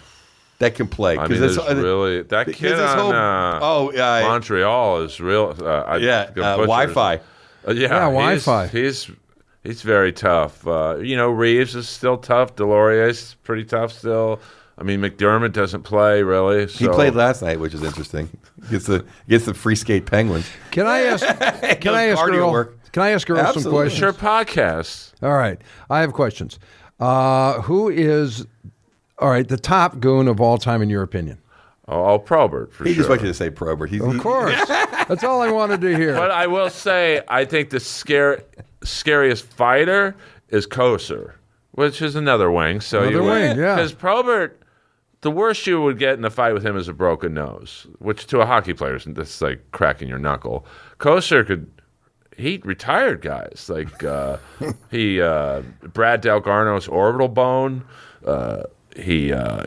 B: That can play.
C: I
B: 'Cause
C: mean,
B: that's-
C: there's really that
B: because
C: kid
B: this
C: on
B: whole-
C: uh,
B: oh, uh,
C: Montreal is real. Uh, I,
B: yeah,
C: gonna
B: uh,
C: butcher his-
B: Wi-Fi.
C: Uh, yeah,
A: Yeah,
C: he's-
A: Wi-Fi.
C: He's, he's very tough. Uh, you know, Reeves is still tough. Delorier's pretty tough still. I I mean, McDermott doesn't play really.
B: He
C: so-
B: played last night, which is interesting. Against the against the free skate Penguins.
A: Can I ask? Can I ask
B: cardio
A: Earl?
B: work.
A: Can I ask Earl some
B: Absolutely.
A: questions?
C: Sure, podcast.
A: All right, I have questions. Uh, who is all right the top goon of all time in your opinion?
C: I'll, I'll Oh, Probert for
B: He
C: sure.
B: just wanted you to say Probert. He's,
A: Of course, that's all I wanted to hear.
C: But I will say, I think the scare, scariest fighter is Koser, which is another wing. So
A: Another
C: you
A: wing, yeah.
C: Because Probert, the worst you would get in a fight with him is a broken nose, which to a hockey player is that's like cracking your knuckle. Koser could. He retired guys like uh, he uh, Brad Delgarno's orbital bone. Uh, he uh,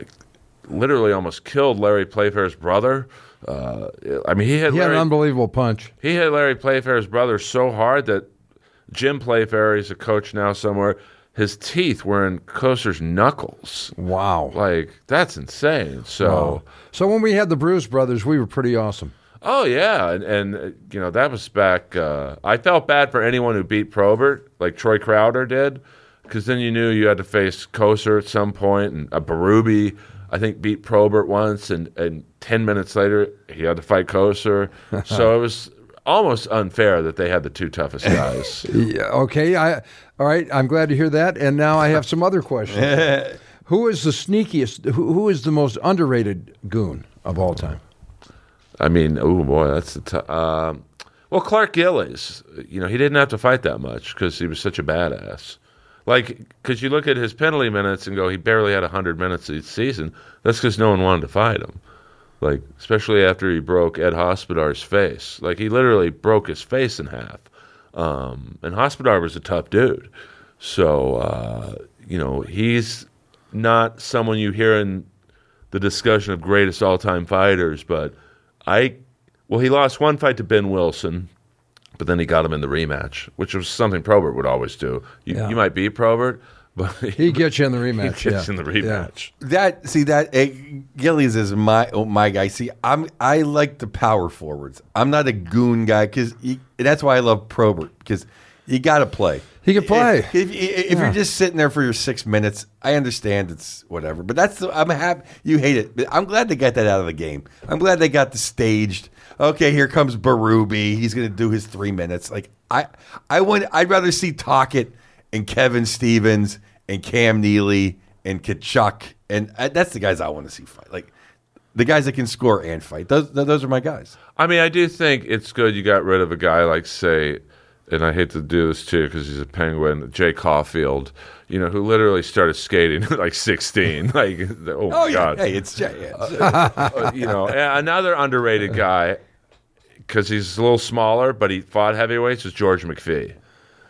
C: literally almost killed Larry Playfair's brother. Uh, I mean, he had
A: he had
C: Larry,
A: an unbelievable punch.
C: he hit Larry Playfair's brother so hard that Jim Playfair, he's a coach now somewhere, his teeth were in Koser's knuckles.
A: Wow.
C: Like, that's insane. So,
A: So when we had the Bruce brothers, we were pretty awesome.
C: oh, yeah. And, and, uh, you know, that was back. Uh, I felt bad for anyone who beat Probert, like Troy Crowder did, because then you knew you had to face Koser at some point, and a Baruby. I think beat Probert once, and, and ten minutes later he had to fight Koser. so it was almost unfair that they had the two toughest guys.
A: Yeah, okay. I all right. I'm glad to hear that. And now I have some other questions. who is the sneakiest? Who, who is the most underrated goon of all time?
C: I mean, oh boy, that's the t- um, well Clark Gillies. You know, he didn't have to fight that much because he was such a badass. Like, because you look at his penalty minutes and go, he barely had hundred minutes each season. That's because no one wanted to fight him. Like, especially after he broke Ed Hospodar's face. Like, he literally broke his face in half. Um, and Hospodar was a tough dude. So, uh, you know, he's not someone you hear in the discussion of greatest all time fighters, but I, well, he lost one fight to Ben Wilson, but then he got him in the rematch, which was something Probert would always do. You,
A: Yeah.
C: you might beat Probert, but
A: He gets you in the rematch.
C: gets
A: yeah.
C: in the
A: Yeah.
C: rematch.
B: That see that eh, Gillies is my oh, my guy. See, I'm I like the power forwards. I'm not a goon guy because that's why I love Probert because you got to play.
A: He can play.
B: If, if, if you're just sitting there for your six minutes, I understand it's whatever. But that's the, I'm happy you hate it. But I'm glad they got that out of the game. I'm glad they got the staged. Okay, here comes Baruby. He's going to do his three minutes. Like I, I would. I'd rather see Tockett and Kevin Stevens and Cam Neely and Kachuk and uh, that's the guys I want to see fight. Like the guys that can score and fight. Those those are my guys.
C: I mean, I do think it's good you got rid of a guy like, say, and I hate to do this too because he's a penguin, Jay Caulfield, you know, who literally started skating at like 16. Like, oh, my God.
B: Hey, it's yeah, yeah, it's-
C: Uh, you know, a- another underrated guy because he's a little smaller, but he fought heavyweights is George McPhee,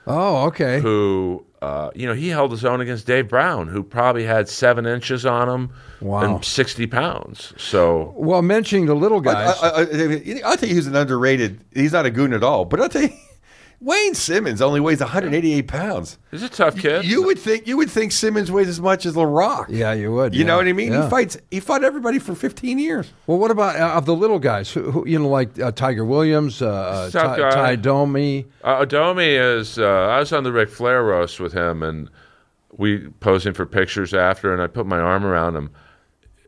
A: Oh, okay.
C: who uh, you know he held his own against Dave Brown, who probably had seven inches on him
A: Wow.
C: and sixty pounds. So
A: Well, mentioning the little guys.
B: I, I, I, I'll tell you who's an underrated. He's not a goon at all, but I'll tell you, Wayne Simmons only weighs 188 pounds.
C: he's a tough kid.
B: You would think you would think Simmons weighs as much as LaRock.
A: yeah, you would.
B: You
A: yeah,
B: know what I mean?
A: yeah.
B: He fights. He fought everybody for 15 years.
A: Well, what about uh, of the little guys? Who, who you know, like uh, Tiger Williams, uh, uh,
C: Tough
A: Ty,
C: guy.
A: Ty Domi.
C: Uh, Adomi is. Uh, I was on the Ric Flair roast with him, and we posing for pictures after, and I put my arm around him.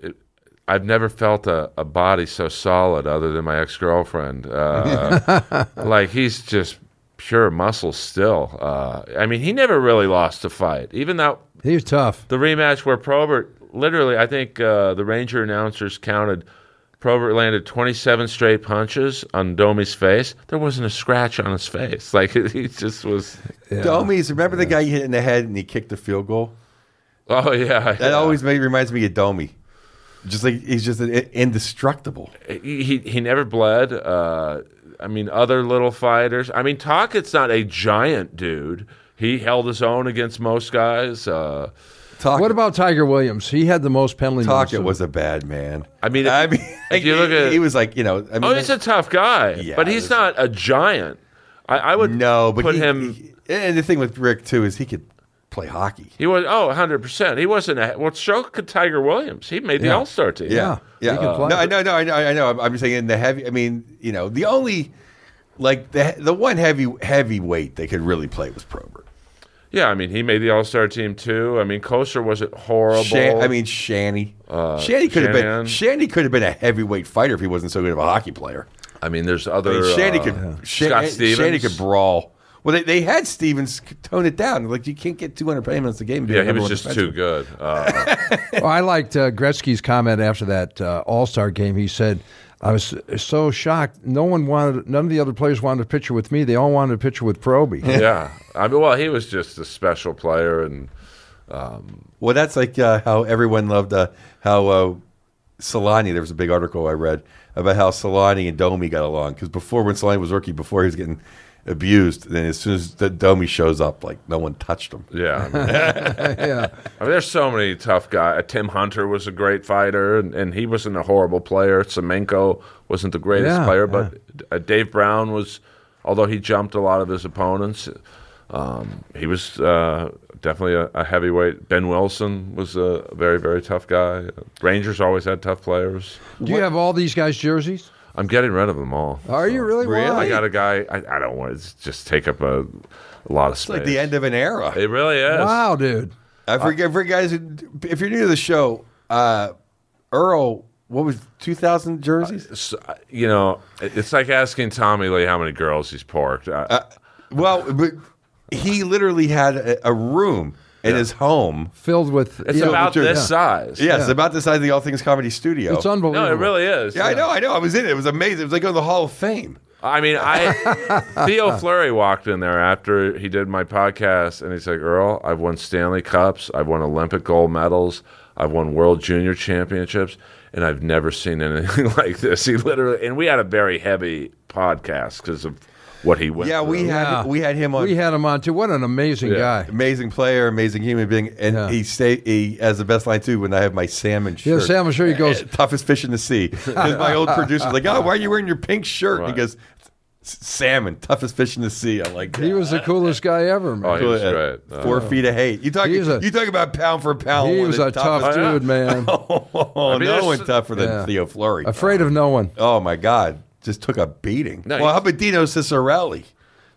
C: It- I've never felt a, a body so solid, other than my ex girlfriend. Uh, like he's just pure muscle still. Uh, I mean, he never really lost a fight, even though
A: He's tough.
C: the rematch where Probert literally, I think uh, the Ranger announcers counted. Probert landed 27 straight punches on Domi's face. There wasn't a scratch on his face. Like he just was.
B: Domi's. Remember the guy you hit in the head and he kicked the field goal?
C: Oh yeah,
B: That
C: yeah.
B: always made, reminds me of Domi. Just like he's just an, indestructible.
C: He he, he never bled. Uh, I mean, other little fighters. I mean, Tockett's not a giant dude. He held his own against most guys. Uh,
B: Talk.
A: What about Tiger Williams? He had the most penalty. minutes
B: Talkett
A: of-
B: was a bad man.
C: I mean, if-
B: I mean,
C: if you look at-
B: he was like you know. I mean,
C: oh, he's a tough guy,
B: Yeah,
C: but he's
B: this-
C: not a giant. I, I would
B: no, but
C: put
B: he-
C: him.
B: he- and the thing with Rick too is he could play hockey.
C: He was oh 100 percent. He wasn't a well. So could Tiger Williams. He made the All Star team.
A: Yeah.
B: Yeah,
A: He can
B: Uh,
A: play.
B: no, I know, no, I know, I know. I'm, I'm saying in the heavy. I mean, you know, the only like the the one heavy heavyweight they could really play was Probert.
C: Yeah, I mean, he made the All Star team too. I mean, Kosher wasn't horrible.
B: Shan- I mean, Shanny.
C: Uh,
B: Shanny could have been
C: Shanahan.
B: Shanny could have been a heavyweight fighter if he wasn't so good of a hockey player.
C: I mean, there's
B: I
C: other.
B: mean, Shanny
C: uh,
B: could Shan-
C: Scott
B: Shanny
C: Stevens.
B: could brawl. Well, they, they had Stevens tone it down. Like you can't get 200 payments a game.
C: yeah, he was just too good. Uh,
A: Well, I liked uh, Gretzky's comment after that uh, All Star game. He said, "I was so shocked. No one wanted. None of the other players wanted a picture with me. They all wanted a picture with Proby."
C: yeah, I mean, well, he was just a special player, and
B: Well, that's like uh, how everyone loved uh, how uh, Solani. There was a big article I read about how Solani and Domi got along because before when Solani was rookie, before he was getting abused, then as soon as the Domi shows up, like no one touched him.
C: yeah, I mean,
A: yeah.
C: I mean, there's so many tough guys. Tim Hunter was a great fighter, and, and he wasn't a horrible player. Semenko wasn't the greatest
A: Yeah,
C: player, but uh, Dave Brown was, although he jumped a lot of his opponents, um, he was uh, definitely a, a heavyweight. Ben Wilson was a very, very tough guy. Rangers always had tough players.
A: Do you have all these guys' jerseys?
C: I'm getting rid of them all.
A: Are
C: So-
A: you really?
B: Really?
A: Why?
C: I got a guy. I, I don't want to just take up a, a lot of
B: It's
C: space.
B: like the end of an era.
C: It really is.
A: Wow, dude.
B: I forget for guys. who- If you're new to the show, uh, Earl, what was 2000 jerseys?
C: So, uh, you know, it- it's like asking Tommy Lee how many girls he's parked. Uh, I,
B: Uh, Well, but he literally had a, a room in his home.
A: Filled with.
C: it's
A: yeah,
C: about
B: you're-
C: this
B: yeah.
C: size.
B: Yes, about the size of the All Things Comedy Studio.
A: It's unbelievable.
C: No, it really is.
B: yeah, I know, I know. I was in it. It was amazing. It was like going to the Hall of Fame.
C: I mean, I Theo Fleury walked in there after he did my podcast, and he's like, "Earl, I've won Stanley Cups, I've won Olympic gold medals, I've won World Junior Championships, and I've never seen anything like this." He literally, and we had a very heavy podcast because of what he went.
B: Yeah,
C: through.
B: we had
A: Yeah.
B: we had him on.
A: We had him on too. What an amazing
C: Yeah.
A: guy.
B: amazing player, amazing human being, and
A: Yeah.
B: he say he has the best line too. When I have my salmon
A: Yeah,
B: shirt,
A: Sam, I'm sure he goes.
B: toughest fish in the sea. Because my old producer's like, "Oh, why are you wearing your pink shirt?" And
C: Right.
B: he goes, "S- "Salmon, toughest fish in the sea." I'm like,
A: He was the coolest guy ever, man.
C: Oh, he was
B: "Yeah,
C: great. Uh,
B: Four feet of hate. You talk.
A: He's a-
B: you talk about pound for pound.
A: he
B: one
A: was
B: of
A: a
B: the
A: tough
B: toughest-
C: Oh, yeah.
A: dude, man.
B: Oh,
C: mean,
B: no
C: there's-
B: one tougher than
A: Yeah.
B: Theo Fleury.
A: Afraid of no one.
B: Oh my God, just took a beating.
C: No,
B: well,
C: he-
B: how about Dino Cicerelli?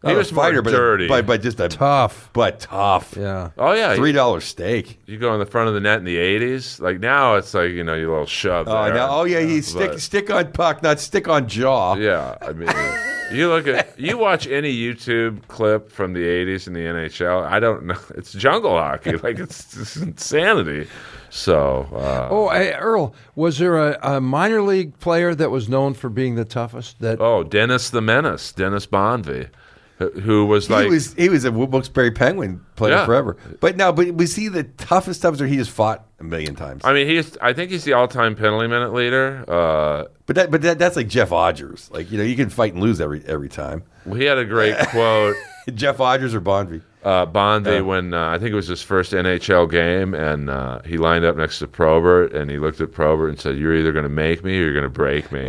B: Not
C: He
B: a
C: was more
B: fighter, but a-
C: dirty.
B: but but just a
A: Tough.
B: but tough.
A: Yeah.
C: oh yeah,
B: Three dollar steak.
C: you go in the front of the net in the 80s like now it's like you know your little shove
B: Oh,
C: there.
B: no. oh yeah, he
C: But-
B: stick stick on puck, not stick on jaw.
C: yeah i mean you look at you watch any youtube clip from the 80s in the nhl i don't know it's jungle hockey like it's, it's insanity so uh, oh.
A: Oh, hey, Earl, was there a, a minor league player that was known for being the toughest? That
C: oh, dennis the menace dennis bonvy who- who was
B: He
C: like
B: was he was a Wilkes-Barre Penguin player
C: Yeah.
B: forever. But now, but was he the toughest toughest, or he just fought a million times?
C: I mean, he's—I think he's the all-time penalty minute leader. Uh,
B: but that, but that, that's like Jeff Odgers. Like you know, you can fight and lose every every time.
C: he had a great quote.
B: Jeff Odgers or Bonvy.
C: uh, Bonvy when uh, I think it was his first NHL game, and uh, he lined up next to Probert, and he looked at Probert and said, "You're either going to make me or you're going to break me."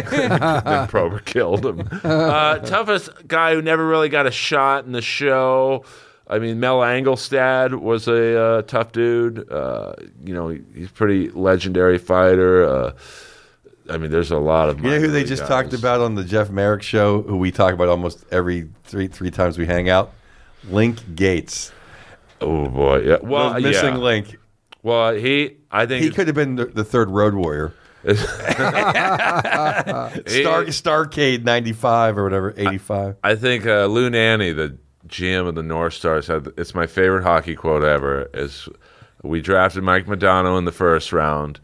C: then Probert killed him. Uh, toughest guy who never really got a shot in the show. I mean, Mel Engelstad was a uh, tough dude. Uh, you know, he- he's a pretty legendary fighter. Uh, I mean, there's a lot of
B: You know who
C: minor
B: they
C: league
B: just
C: guys.
B: talked about on the Jeff Merrick show, who we talk about almost every three three times we hang out? Link Gates,
C: Oh boy, yeah. Well,
B: The missing
C: yeah.
B: link.
C: Well, he, I think
B: He could have been the, the third Road Warrior,
C: he-
B: Star Starcade '95 or whatever '85.
C: I think uh, Lou Nanny, the GM of the North Stars, had it's my favorite hockey quote ever. Is we drafted Mike Madonna in the first round.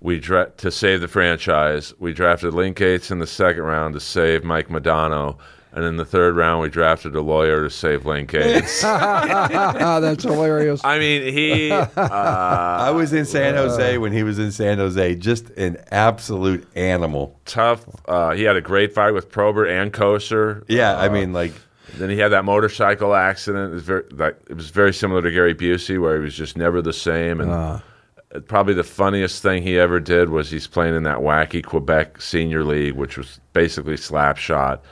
C: We dra- to save the franchise. We drafted Link Gates in the second round to save Mike Madonna, and in the third round we drafted a lawyer to save Link Gates.
A: ah, that's hilarious.
C: I mean, he uh,
B: I was in San Jose when he was in San Jose. Just an absolute animal.
C: tough. Uh, he had a great fight with Probert and Kosher.
B: Yeah, I
C: Uh,
B: mean, like,
C: Then he had that motorcycle accident. It was very, like, it was very similar to Gary Busey, where he was just never the same. And probably the funniest thing he ever did was he's playing in that wacky Quebec senior league, which was basically slap shot.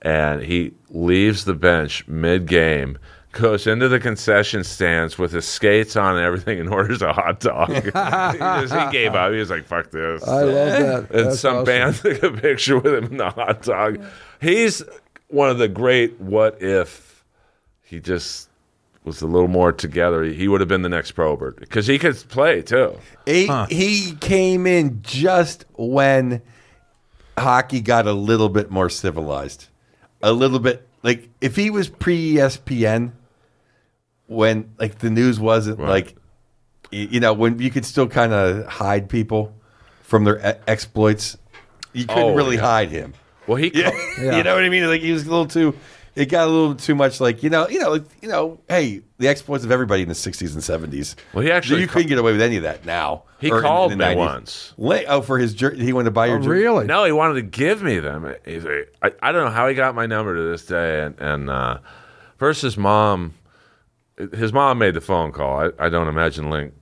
C: And he leaves the bench mid game, goes into the concession stands with his skates on and everything, and orders a hot dog. he, just- he gave up. He was like, "Fuck this."
A: I love that.
C: and
A: That's
C: some
A: awesome.
C: band took a picture with him in the hot dog. He's one of the great what if he just was a little more together, he would have been the next Probert because he could play too.
B: He, he came in just when hockey got a little bit more civilized. A little bit like if he was pre ESPN when like the news wasn't
C: Right.
B: like y- you know when you could still kind of hide people from their e- exploits. You couldn't
C: Oh,
B: really
C: yeah.
B: hide him.
C: Well, he
B: Yeah.
A: Yeah.
B: you know what I mean? Like he was a little too. It got a little too much. Like you know, you know, like, you know. Hey, the exploits of everybody in the '60s and '70s.
C: Well, he actually
B: you
C: ca-
B: couldn't get away with any of that now.
C: He
B: or in
C: called
B: the
C: me
B: 90s.
C: once.
B: La- oh, for his jer- he wanted to buy your
A: Oh,
B: jer-
A: really?
C: No, he wanted to give me them. He's like- I, I don't know how he got my number to this day. And, and uh, first, his mom, his mom made the phone call. I, I don't imagine Link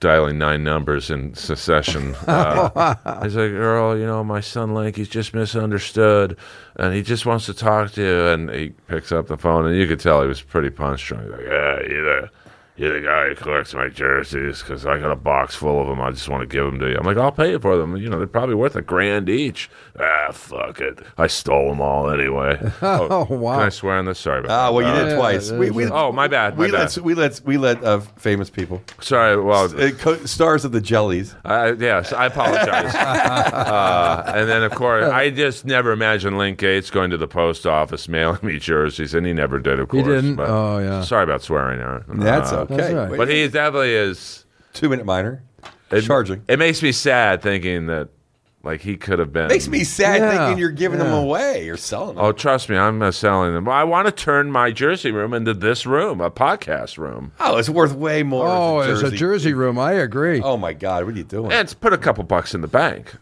C: dialing nine numbers in succession. Uh, he's like, Earl, you know, my son Link, he's just misunderstood, and he just wants to talk to you. And he picks up the phone, and you could tell he was pretty punch drunk. He's like, yeah, you the You're the guy who collects my jerseys because I got a box full of them. I just want to give them to you. I'm like, I'll pay you for them. You know, they're probably worth a grand each. Ah, fuck it. I stole them all anyway.
A: Oh, wow.
C: Can I swear on this? Sorry about
B: Ah,
C: that.
B: well, you
C: Uh,
B: did
A: yeah,
B: twice.
A: yeah,
B: We, we,
C: Oh, my bad. My
B: we
C: bad.
B: let we let we let uh, famous people,
C: Sorry. Well,
B: uh, co- stars of the jellies.
C: I, yes, I apologize. uh, and then, of course, I just never imagined Link Gates going to the post office mailing me jerseys, and he never did, of
A: He
C: course.
A: didn't? Oh, yeah.
C: Sorry about swearing, Aaron.
B: That's
C: Uh,
B: okay.
A: That's all right.
C: But he definitely is.
B: two minute minor,
C: It,
B: charging.
C: It makes me sad thinking that, like, he could have been.
B: Makes me sad
A: Yeah,
B: thinking you're giving them
A: yeah.
B: away or selling them.
C: Oh, trust me, I'm uh, selling them. I want to turn my jersey room into this room, a podcast room,
B: Oh, it's worth way more. as
A: Oh, it's a jersey room. I agree.
B: Oh my God, what are you doing?
C: and put a couple bucks in the bank.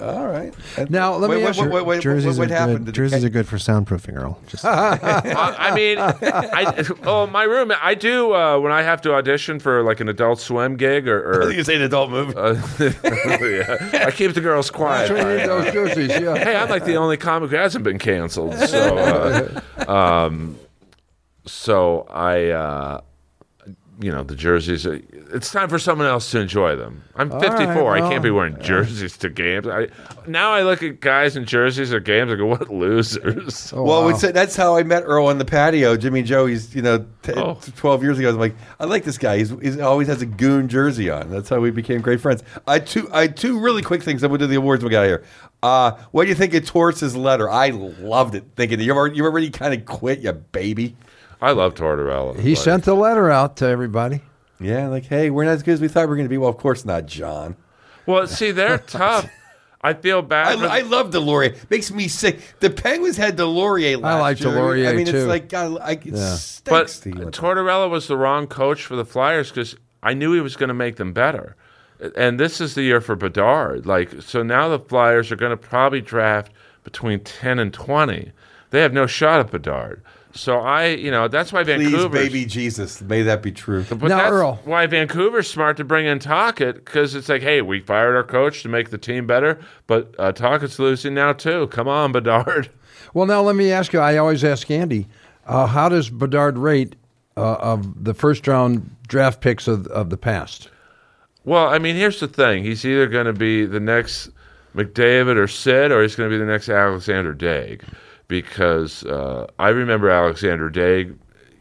B: All right.
A: Now, let
B: wait,
A: me
B: wait,
A: ask you-
B: wait, wait, wait,
D: jerseys
B: what, what
D: are
B: happened?
D: good.
B: Did the
D: Jerseys
B: ca-
D: are good for soundproofing, Earl. Just
C: I Uh, I mean, I, oh, my room. I do uh, when I have to audition for like an Adult Swim gig or.
B: I
C: or
B: think you say an adult movie.
A: Oh,
C: uh, yeah. I keep the girls quiet.
A: So we need those jerseys, yeah.
C: Hey, I'm like the only comic who hasn't been canceled. So, uh, um, so I, uh, you know, the jerseys. uh, It's time for someone else to enjoy them. I'm 54. I
A: well,
C: can't be wearing jerseys to games. I, now I look at guys in jerseys at games. I go, what losers.
A: Oh,
B: well,
A: wow.
B: it's, that's how I met Earl on the patio. Jimmy Joey's, you know, t-
C: Oh.
B: 12 years ago. I'm like, I like this guy. He's, he's always has a goon jersey on. That's how we became great friends. I two, I two really quick things. Then we'll do the awards we got here. Uh, what do you think of Torres's letter? I loved it. Thinking you already, you already kind of quit, you baby.
C: I love Tortorella.
A: he
C: Like,
A: sent the letter out to everybody.
B: Yeah, like, hey, we're not as good as we thought we were going to be. Well, of course not, John.
C: Well, see, they're tough. I feel bad.
B: I,
C: for the-
B: I love Delorier. Makes me sick. The Penguins had Delorier last
A: like
B: year.
A: Delorier,
B: I mean,
A: too.
B: it's like God, I, it
A: Yeah.
C: But
B: stinks. to you.
C: Tortorella was the wrong coach for the Flyers because I knew he was going to make them better. And this is the year for Bedard. Like, so now the Flyers are going to probably draft between 10 and 20. They have no shot at Bedard. So I, you know, that's why
B: Please,
C: Vancouver.
B: baby Jesus, may that be true.
C: But
A: Now,
C: that's
A: Earl.
C: why Vancouver's smart to bring in Tockett because it's like, hey, we fired our coach to make the team better, but uh, Tockett's losing now too. Come on, Bedard.
A: Well, now let me ask you. I always ask Andy, uh, how does Bedard rate uh, of the first round draft picks of, of the past?
C: Well, I mean, here's the thing: he's either going to be the next McDavid or Sid, or he's going to be the next Alexander Daig, because uh, I remember Alexander Daig.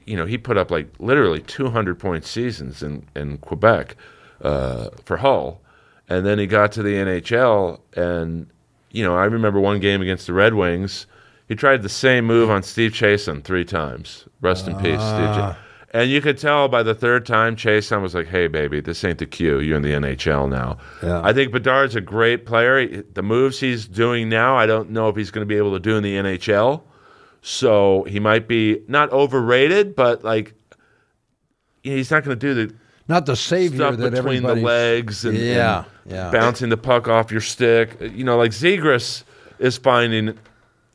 C: You know, he put up like literally 200 point seasons in in Quebec uh, for Hull, and then he got to the NHL, and you know, I remember one game against the Red Wings. He tried the same move on Steve Chason three times. Rest in peace, Steve. Ch- And you could tell by the third time, Chason was like, "Hey, baby, this ain't the cue. You're in the NHL now." I think Bedard's a great player. He- The moves he's doing now, I don't know if he's going to be able to do in the NHL. So he might be not overrated, but like he's not going to do the
A: Not the savior
C: stuff
A: that
C: between the
A: everybody-
C: legs and,
A: Yeah,
C: and
A: yeah.
C: bouncing the puck off your stick. You know, like Zegras is finding,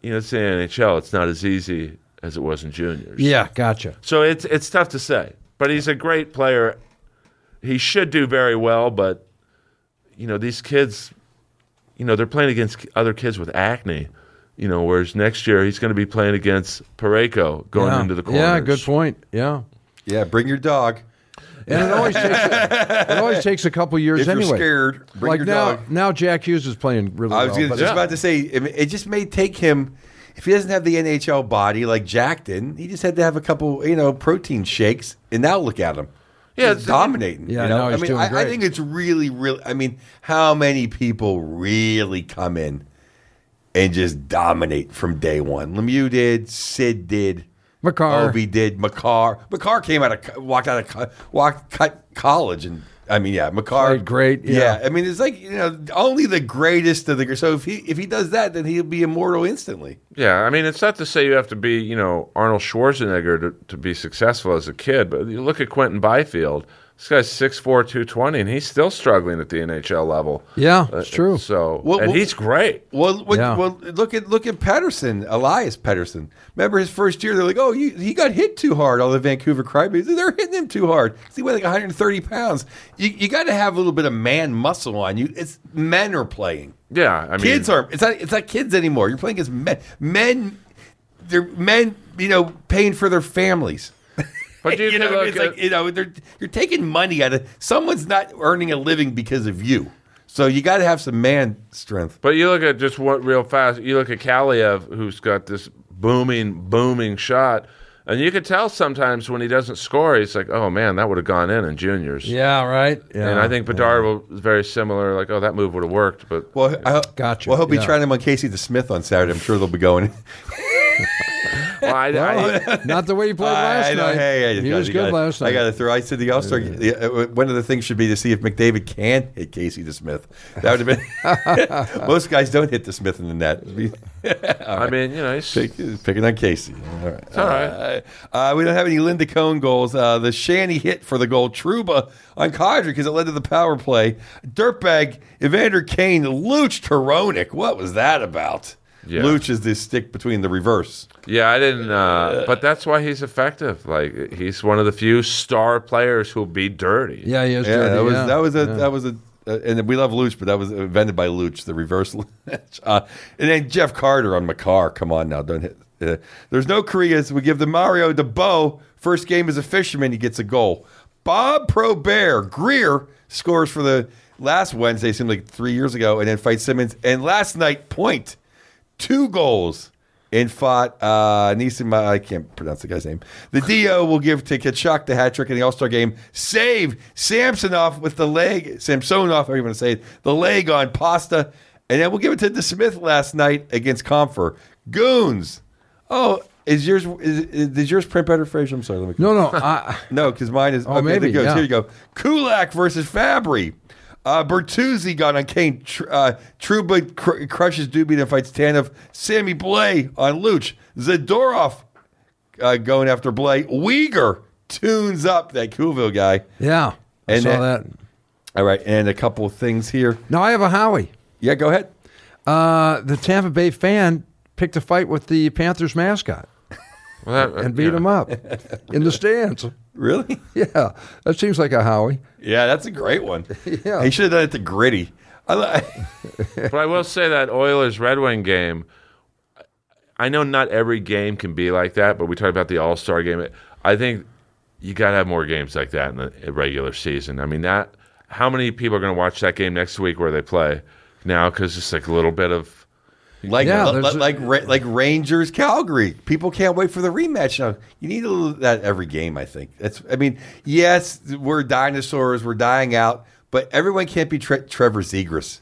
C: you know, it's the NHL. It's not as easy as it was in juniors.
A: Yeah, gotcha.
C: So it's it's tough to say, but he's a great player. He should do very well, but you know these kids, you know they're playing against other kids with acne. You know, whereas next year he's going to be playing against Pareko going
A: yeah.
C: into the corners.
A: Yeah, good point. Yeah.
B: Yeah, bring your dog.
A: And it always takes it always takes a couple years
B: If you're
A: anyway.
B: scared, bring
A: like
B: your
A: now,
B: dog.
A: now Jack Hughes is playing really
B: I was
A: well.
B: gonna,
A: but-
B: just about to say, it, it just may take him. if he doesn't have the NHL body like Jack didn't, he just had to have a couple, you know, protein shakes, and now look at him.
C: Yeah,
B: he's
C: it's-
B: dominating.
A: Yeah,
B: you know?
A: now
B: I
A: he's
B: mean,
A: doing
B: I, I
A: great.
B: think it's really, really. I mean, how many people really come in and just dominate from day one? Lemieux did. Sid did.
A: McCarr.
B: Obi did. McCarr. MCarr came out of co- walked out of co- walked cut college and. I mean, yeah, McCarr
A: Played great, yeah.
B: I mean, it's like you know, only the greatest of the. So if he if he does that, then he'll be immortal instantly.
C: Yeah, I mean, it's not to say you have to be, you know, Arnold Schwarzenegger to, to be successful as a kid, but you look at Quentin Byfield. This guy's 6'4, 220, and he's still struggling at the NHL level. Uh,
A: Yeah, it's true.
C: So,
B: Well,
C: and
B: well-
C: he's great.
B: Well, what,
A: Yeah.
B: well, look at look at Patterson, Elias Patterson. Remember his first year? They're like, oh, you, he got hit too hard. All the Vancouver Crybabies, they're hitting him too hard. He weighed like 130 pounds. You, you got to have a little bit of man muscle on you. It's men are playing.
C: Yeah, I mean,
B: kids are. It's not. It's not kids anymore. You're playing as men. Men, they're men. You know, paying for their families.
C: But you,
B: You know,
C: could
B: what I mean?
C: look
B: it's
C: at-
B: like you know, they're you're taking money out of someone's not earning a living because of you. So you got to have some man strength.
C: But you look at just what real fast. You look at Kaliev, who's got this booming, booming shot, and you could tell sometimes when he doesn't score, he's like, "Oh man, that would have gone in in juniors."
A: Yeah, right. Yeah.
C: And I think Bedard was very similar. Like, "Oh, that move would have worked," but
B: Well, I,
A: Gotcha.
B: Well, he'll be
A: Yeah.
B: trying him on Casey the Smith on Saturday. I'm sure they'll be going.
C: well, I, I-
A: not the way he played last
B: I know,
A: night.
B: hey, I just
A: he
B: gotta-
A: was
B: you
A: good
B: gotta-
A: last night.
B: I got to throw. I said the All Star. uh, One of the things should be to see if McDavid can hit Casey the Smith. That would have been. most guys don't hit the Smith in the net.
C: I mean, you know, he's,
B: Pick- Picking on Casey. All right.
C: all
B: Uh, uh, we don't have any Linda Cohn goals. Uh, the Shanny hit for the goal. Truba on Kadri because it led to the power play. Dirtbag Evander Kane looched Hronik. What was that about?
C: Yeah.
B: Looch is the stick between the reverse.
C: yeah, I didn't. Uh, but that's why he's effective. Like, he's one of the few star players who'll be dirty.
A: yeah, he is.
B: Yeah,
A: dirty,
B: that was
A: yeah.
B: that was a that was a. Uh, and we love Luch, but that was uh, invented by Luch, the reverse Luch. Uh, and then Jeff Carter on Makar. Come on now, don't hit. Uh, there's no Koreas. We give the Mario to Bo. First game as a fisherman, he gets a goal. Bob Probert Greer scores for the last Wednesday, seemed like three years ago, and then fights Simmons. And last night, point two goals and fought uh, Nisima. I can't pronounce the guy's name. The DO will give to Kachuk the hat trick in the All Star game. Saved Samsonov with the leg. Samsonov, however you want to say it, the leg on Pasta. And then we'll give it to the Smith last night against Comfer. Goons. Oh, is yours? Is, is, does yours print better, Fraser? I'm sorry. Let me
A: no, no. I,
B: no, because mine is. okay, there
A: Oh, maybe,
B: it goes.
A: yeah.
B: Here you go. Kulak versus Fabry. Uh, Bertuzzi got on Kane. Tr- uh, Truba cr- crushes Dubin and fights Tanev. Sammy Blay on Luch. Zadorov uh, going after Blay. Uyghur tunes up that Coolville guy.
A: yeah, I
B: And
A: saw
B: that-
A: that,
B: All right, and a couple of things here.
A: Now I have a Howie.
B: Yeah, go ahead.
A: Uh, the Tampa Bay fan picked a fight with the Panthers mascot
C: Well, that- uh,
A: and beat
C: yeah.
A: him up in the stands.
B: Really?
A: Yeah, that seems like a Howie.
B: Yeah, that's a great one.
A: Yeah.
B: he should have done it to Gritty. I li-
C: But I will say that Oilers Red Wing game. I know not every game can be like that, but we talked about the All Star game. I think you got to have more games like that in the regular season. I mean, that how many people are going to watch that game next week where they play now? Because it's like a little bit of
B: Like
A: Yeah,
B: li-
A: there's a-
B: li- like Ra- like Rangers Calgary. People can't wait for the rematch now. You need a little of that every game, I think. That's I mean, yes, we're dinosaurs, we're dying out, but everyone can't be tre- Trevor Zegras.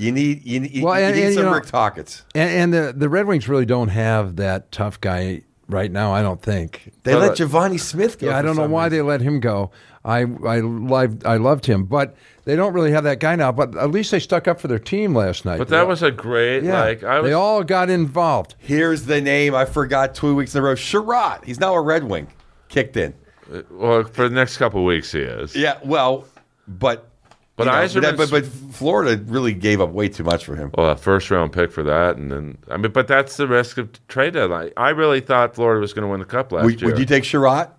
B: You need you need,
A: Well,
B: you
A: and-
B: need
A: and, you
B: some
A: know-
B: Rick Tockets.
A: And, and the the Red Wings really don't have that tough guy right now. I don't think.
B: They let Giovanni Smith go.
A: uh, Yeah, I
B: for
A: don't know
B: some
A: why
B: reason.
A: they let him go. I I loved I loved him, but they don't really have that guy now. But at least they stuck up for their team last night.
C: but that was a great
A: yeah.
C: like I was
A: they all got involved.
B: Here's the name I forgot two weeks in a row. Sherrod. He's now a Red Wing. Kicked in.
C: well for the next couple of weeks he is
B: Yeah, well, but
C: But
B: you know, but,
C: Eiserman's-
B: but Florida really gave up way too much for him.
C: well a first round pick for that and then I mean but that's the risk of trade deadline. I really thought Florida was going to win the cup last
B: Would,
C: year.
B: would you take Sherrod?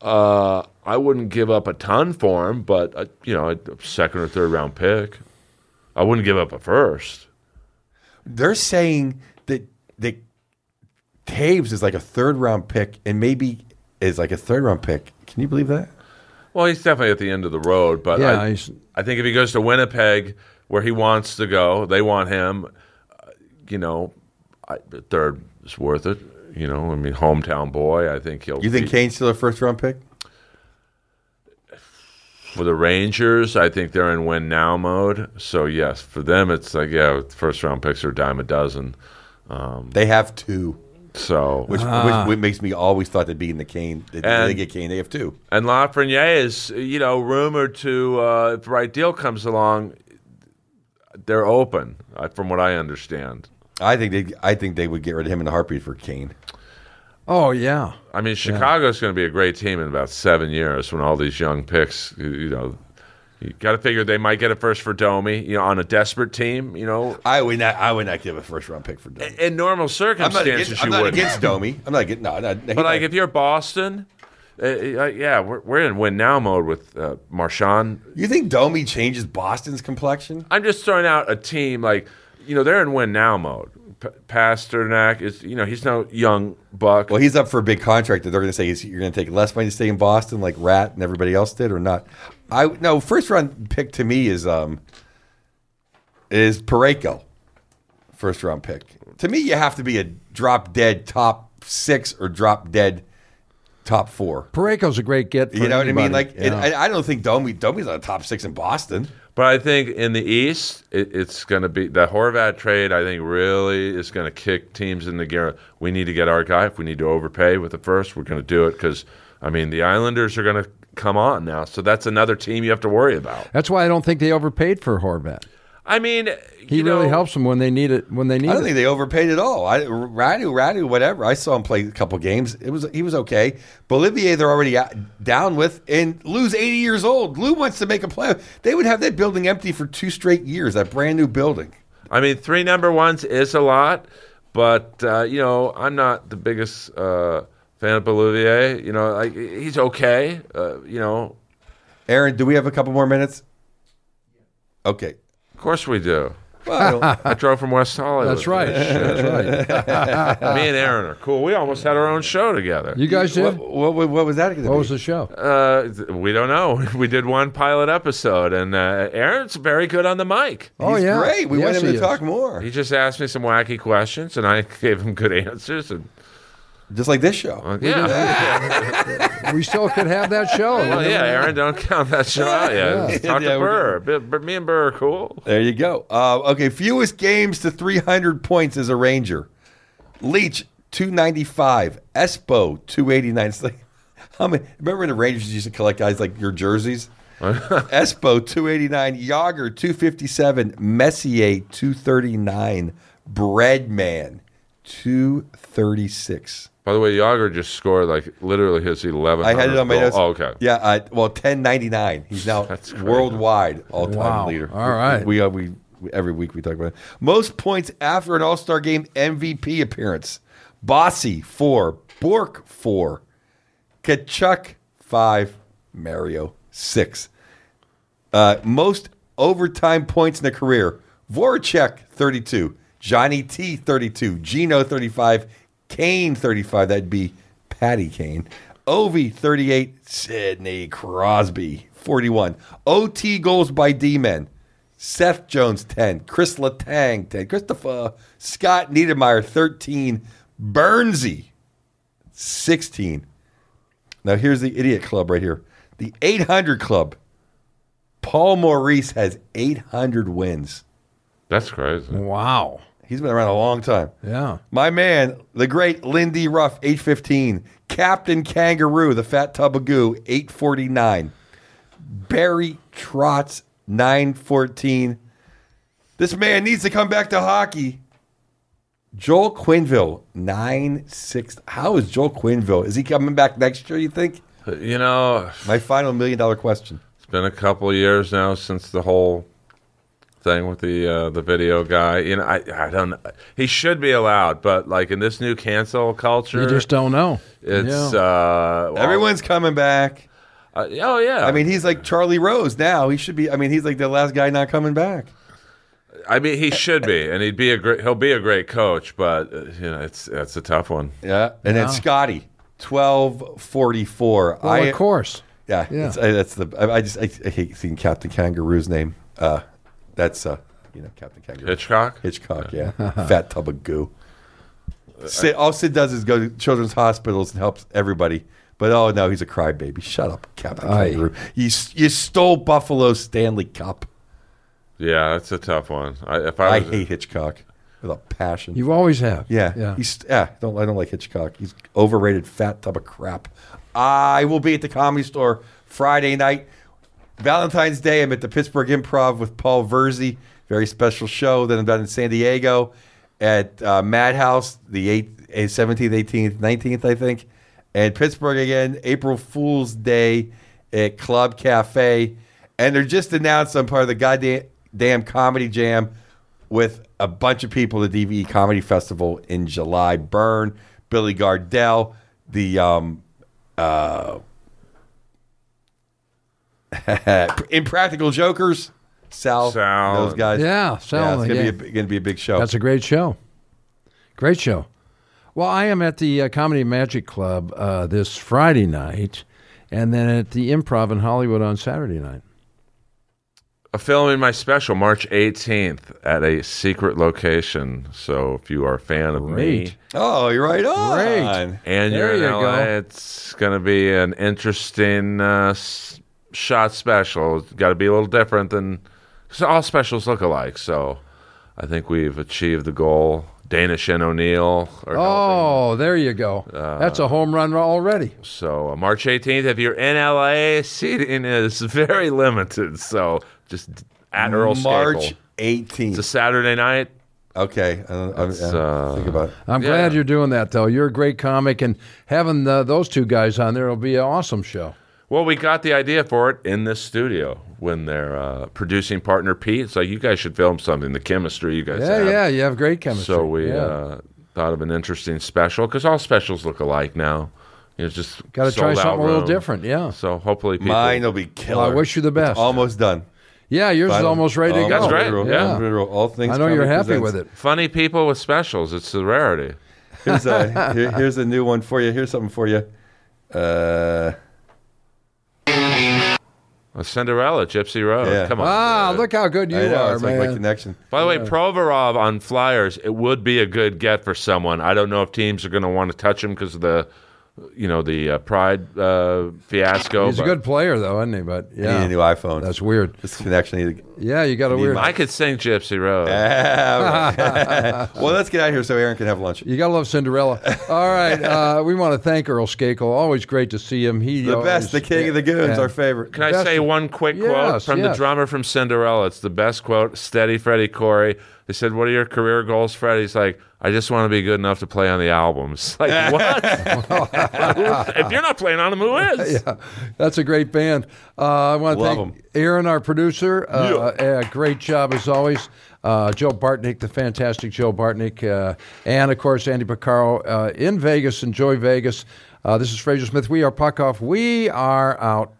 C: Uh, I wouldn't give up a ton for him, but uh, you know, a second or third round pick. I wouldn't give up a first.
B: they're saying that that Taves is like a third round pick and maybe is like a third round pick. Can you believe that?
C: Well, he's definitely at the end of the road, but
A: Yeah,
C: I,
A: he's-
C: I think if he goes to Winnipeg, where he wants to go, they want him. uh, You know, I, the third is worth it. You know, I mean, hometown boy. I think he'll.
B: You think
C: be-
B: Kane's still a first round pick?
C: for the Rangers, I think they're in win now mode. So yes, for them, it's like yeah, first round picks are a dime a dozen.
B: They have two,
C: So
B: which, which, which makes me always thought they'd be in the Kane. They, they
C: Ah. And-
B: get Kane. They have two.
C: And Lafreniere is, you know, rumored to, uh, if the right deal comes along, they're open, uh, from what I understand.
B: I think they. I think they would get rid of him in a heartbeat for Kane.
A: Oh yeah.
C: I mean, Chicago's going to be a great team in about seven years when all these young picks, you- you know, you got to figure they might get a first for Domi, you know, on a desperate team, you know.
B: I would not. I would not give a first round pick for Domi.
C: In normal
B: I'm not
C: circumstances,
B: against, I'm
C: you
B: not
C: would.
B: against Domi. I'm not getting. No, not,
C: But like, if you're Boston, uh, uh, yeah, we're, we're in win now mode with uh, Marchand
B: you think Domi changes Boston's complexion,
C: I'm just throwing out a team like you know they're in win now mode. P- Pasternak is you know he's no young buck.
B: well, he's up for a big contract that they're going to say he's, you're going to take less money to stay in Boston, like Rat and everybody else did, or not. I no first round pick to me is um is Pareko, first round pick. To me, you have to be a drop dead top six or drop dead top four.
A: Pareko's a great get. For
B: You know what I mean?
A: anybody,
B: Like,
A: you
B: and
A: know?
B: I, I don't think Domi Domi's on the top six in Boston.
C: But I think in the East it, it's going to be the Horvat trade. I think really is going to kick teams in the gear. We need to get our guy. If we need to overpay with the first, we're going to do it because I mean the Islanders are going to come on now. So that's another team you have to worry about.
A: That's why I don't think they overpaid for Horvat.
C: I mean
A: He
C: you
A: really
C: know,
A: helps them when they need it. When they need
B: I don't
A: it.
B: think they overpaid at all. I, Radu, Radu, whatever. I saw him play a couple games. It was he was okay. Bolivier, they're already out, down with, and Lou's eighty years old. Lou wants to make a play. They would have that building empty for two straight years. That brand new building.
C: I mean, three number ones is a lot, but uh, you know, I'm not the biggest uh, fan of Bolivier. You know, like he's okay. Uh, you know,
B: Aaron, do we have a couple more minutes? Okay.
C: of course we do.
B: Well, I don't-
C: I drove from West Hollywood.
A: That's right. That's right.
C: Me and Aaron are cool. We almost had our own show together.
A: You guys did.
B: what,
A: What,
B: what, what, was that? Gonna be?
A: was the show?
C: Uh, th- we don't know. We did one pilot episode, and uh, Aaron's very good on the mic.
A: oh
B: He's
A: yeah.
B: great. We want
A: Yes,
B: him
A: he
B: to
A: is.
B: talk more,
C: He just asked me some wacky questions, and I gave him good answers. And
B: just like this show.
C: uh, yeah,
A: We still could have that show.
C: well, yeah, Aaron, don't count that show out yet. Talk
B: Yeah,
C: to
B: we're
C: Burr. But but me and Burr are cool.
B: There you go. Uh, okay, fewest games to 300 points as a Ranger. Leach, 295. Espo, 289. It's like, how many, remember the Rangers used to collect guys like your jerseys? Espo, 289. Yager, 257. Messier, 239. Breadman, 236.
C: By the way, Yager just scored like literally his 11th.
B: I had it on my
C: goal.
B: notes.
C: Oh, okay.
B: Yeah. Uh, well, ten ninety nine. He's now
C: That's great.
B: worldwide all time
A: Wow.
B: leader.
A: All right.
B: We, uh, we we every week we talk about it. most points after an All Star game MVP appearance. Bossy four, Bork four, Kachuk five, Mario six. Uh, most overtime points in a career. Voracek 32, Johnny T 32, Gino 35, Kane 35. That'd be Patty Kane. Ovi 38, Sidney Crosby 41. OT goals by D men. Seth Jones 10, Chris Letang 10, Christopher Scott Niedermeyer 13, Bernsey 16. Now here's the idiot club right here. The 800 club. Paul Maurice has 800 wins.
C: That's crazy.
A: Wow.
B: He's been around a long time.
A: Yeah.
B: My man, the great Lindy Ruff, 815. Captain Kangaroo, the fat tub of goo, 849. Barry Trotz, 914. This man needs to come back to hockey. Joel Quinville, 9-6. How is Joel Quinville? Is he coming back next year, you think?
C: You know,
B: My final million dollar question.
C: it's been a couple of years now since the whole thing with the uh, the video guy. You know, I I don't. He should be allowed, but like in this new cancel culture,
A: You just don't know.
C: it's
A: yeah.
C: uh, well,
B: Everyone's coming back.
C: uh, oh yeah.
B: I mean, he's like Charlie Rose now. He should be. I mean, he's like the last guy not coming back.
C: I mean, he should be, and he'd be a great. He'll be a great coach, but uh, you know, it's that's a tough one.
B: Yeah. And then Scotty, twelve forty four.
A: well, Oh, of course.
B: Yeah. It's, I, that's the. I, I just I, I hate seeing Captain Kangaroo's name. Uh, that's uh, you know, Captain Kangaroo
C: Hitchcock.
B: Hitchcock. Yeah. Fat tub of goo. Sid, all Sid does is go to children's hospitals and helps everybody. But oh no, he's a crybaby. Shut up, Captain
A: Aye.
B: Kangaroo. You s- you stole Buffalo's Stanley Cup.
C: Yeah, that's a tough one. I, if I,
B: I
C: was,
B: hate Hitchcock with a passion.
A: You always have.
B: yeah,
A: Yeah.
B: He's yeah. I Don't I don't like Hitchcock. He's overrated, fat tub of crap. I will be at the Comedy Store Friday night, Valentine's Day. I'm at the Pittsburgh Improv with Paul Verzi. Very special show. Then I'm down in San Diego at uh, Madhouse the eh, eighth, 17th, 18th, 19th, I think, and Pittsburgh again. April Fool's Day at Club Cafe, and they're just announced I'm part of the goddamn damn comedy jam with a bunch of people at the DVE Comedy Festival in July. Burn, Billy Gardell, the um, uh, Impractical Jokers, Sal,
C: Sal.
B: those guys.
A: Yeah, Sal,
B: it's gonna
A: yeah.
B: be a, gonna be a big show.
A: That's a great show. Great show. Well, I am at the uh, Comedy Magic Club uh, this Friday night, and then at the Improv in Hollywood on Saturday night.
C: a film in my special March 18th at a secret location. So if you are a fan of
A: Great.
C: me
B: oh, you're right on.
A: Great.
C: and
A: There
C: you're in
A: you
C: LA,
A: go.
C: it's going to be an interesting uh, s- shot special. It's got to be a little different than cause all specials look alike. So I think we've achieved the goal. Dana Shen O'Neill. Are helping.
A: Oh, there you go. That's a home run already.
C: So uh, March 18th, if you're in LA, seating is very limited. So just at Earl
B: March
C: Scagle. It's a
B: 18th.
C: Saturday night.
B: Okay, I don't, I,
C: It's,
B: I-
C: uh,
B: think about it.
A: I'm
C: Yeah.
A: glad you're doing that, though. You're a great comic, and having the, those two guys on there will be an awesome show.
C: Well, we got the idea for it in this studio when their uh, producing partner Pete. It's like you guys should film something. The chemistry you guys
A: Yeah,
C: have.
A: yeah, you have great chemistry.
C: So we
A: yeah.
C: uh, thought of an interesting special because all specials look alike now. You know, just
A: got to try
C: sold out
A: something a little
C: room.
A: different. Yeah,
C: So hopefully, people,
B: Mine will be
A: well,
B: killer.
A: I wish you the best.
B: It's almost done.
A: yeah, yours is
B: Final-
A: almost ready to go.
C: That's great.
B: Literal-
C: Yeah.
B: literal. All things.
A: I know you're
B: Comedy
A: happy
B: Presents.
A: with it.
C: funny people with specials. It's a rarity.
B: Here's a here, here's a new one for you. Here's something for you. Uh,
C: A Cinderella, Gypsy Road.
B: Yeah.
C: Come on.
A: Ah,
C: dude.
A: look how good you
B: I know
A: are,
B: it's
A: man.
B: like my connection.
C: By the way, Provorov on Flyers, it would be a good get for someone. I don't know if teams are going to want to touch him because of the, you know, the uh, Pride uh, fiasco.
A: He's a
C: but
A: good player, though, isn't he? But
B: I
A: yeah,
B: need a new iPhone.
A: that's weird.
B: this connection. I need to-
A: Yeah, you got a weird.
B: my-
C: I could sing Gypsy Road.
B: well, let's get out of here so Aaron can have lunch.
A: You gotta love Cinderella. All right, uh, we want to thank Earl Skakel. Always great to see him. He uh,
B: The
A: always-
B: best, the king of the goons, our favorite.
C: Can I
A: Best-
C: say one quick quote
A: Yes,
C: from
A: yes.
C: the drummer from Cinderella? It's the best quote. Steady Freddie Corey. They said, "What are your career goals, Freddie?" He's like, "I just want to be good enough to play on the albums." Like what? if you're not playing on them, who is?
A: Yeah, that's a great band. Uh, I want to
B: Love
A: thank
B: 'em.
A: Aaron, our producer. Uh, uh, great job as always. Uh, Joe Bartnick, the fantastic Joe Bartnick, uh, and of course Andy Picaro uh, in Vegas. Enjoy Vegas. Uh, this is Fraser Smith. We are puck off. We are out.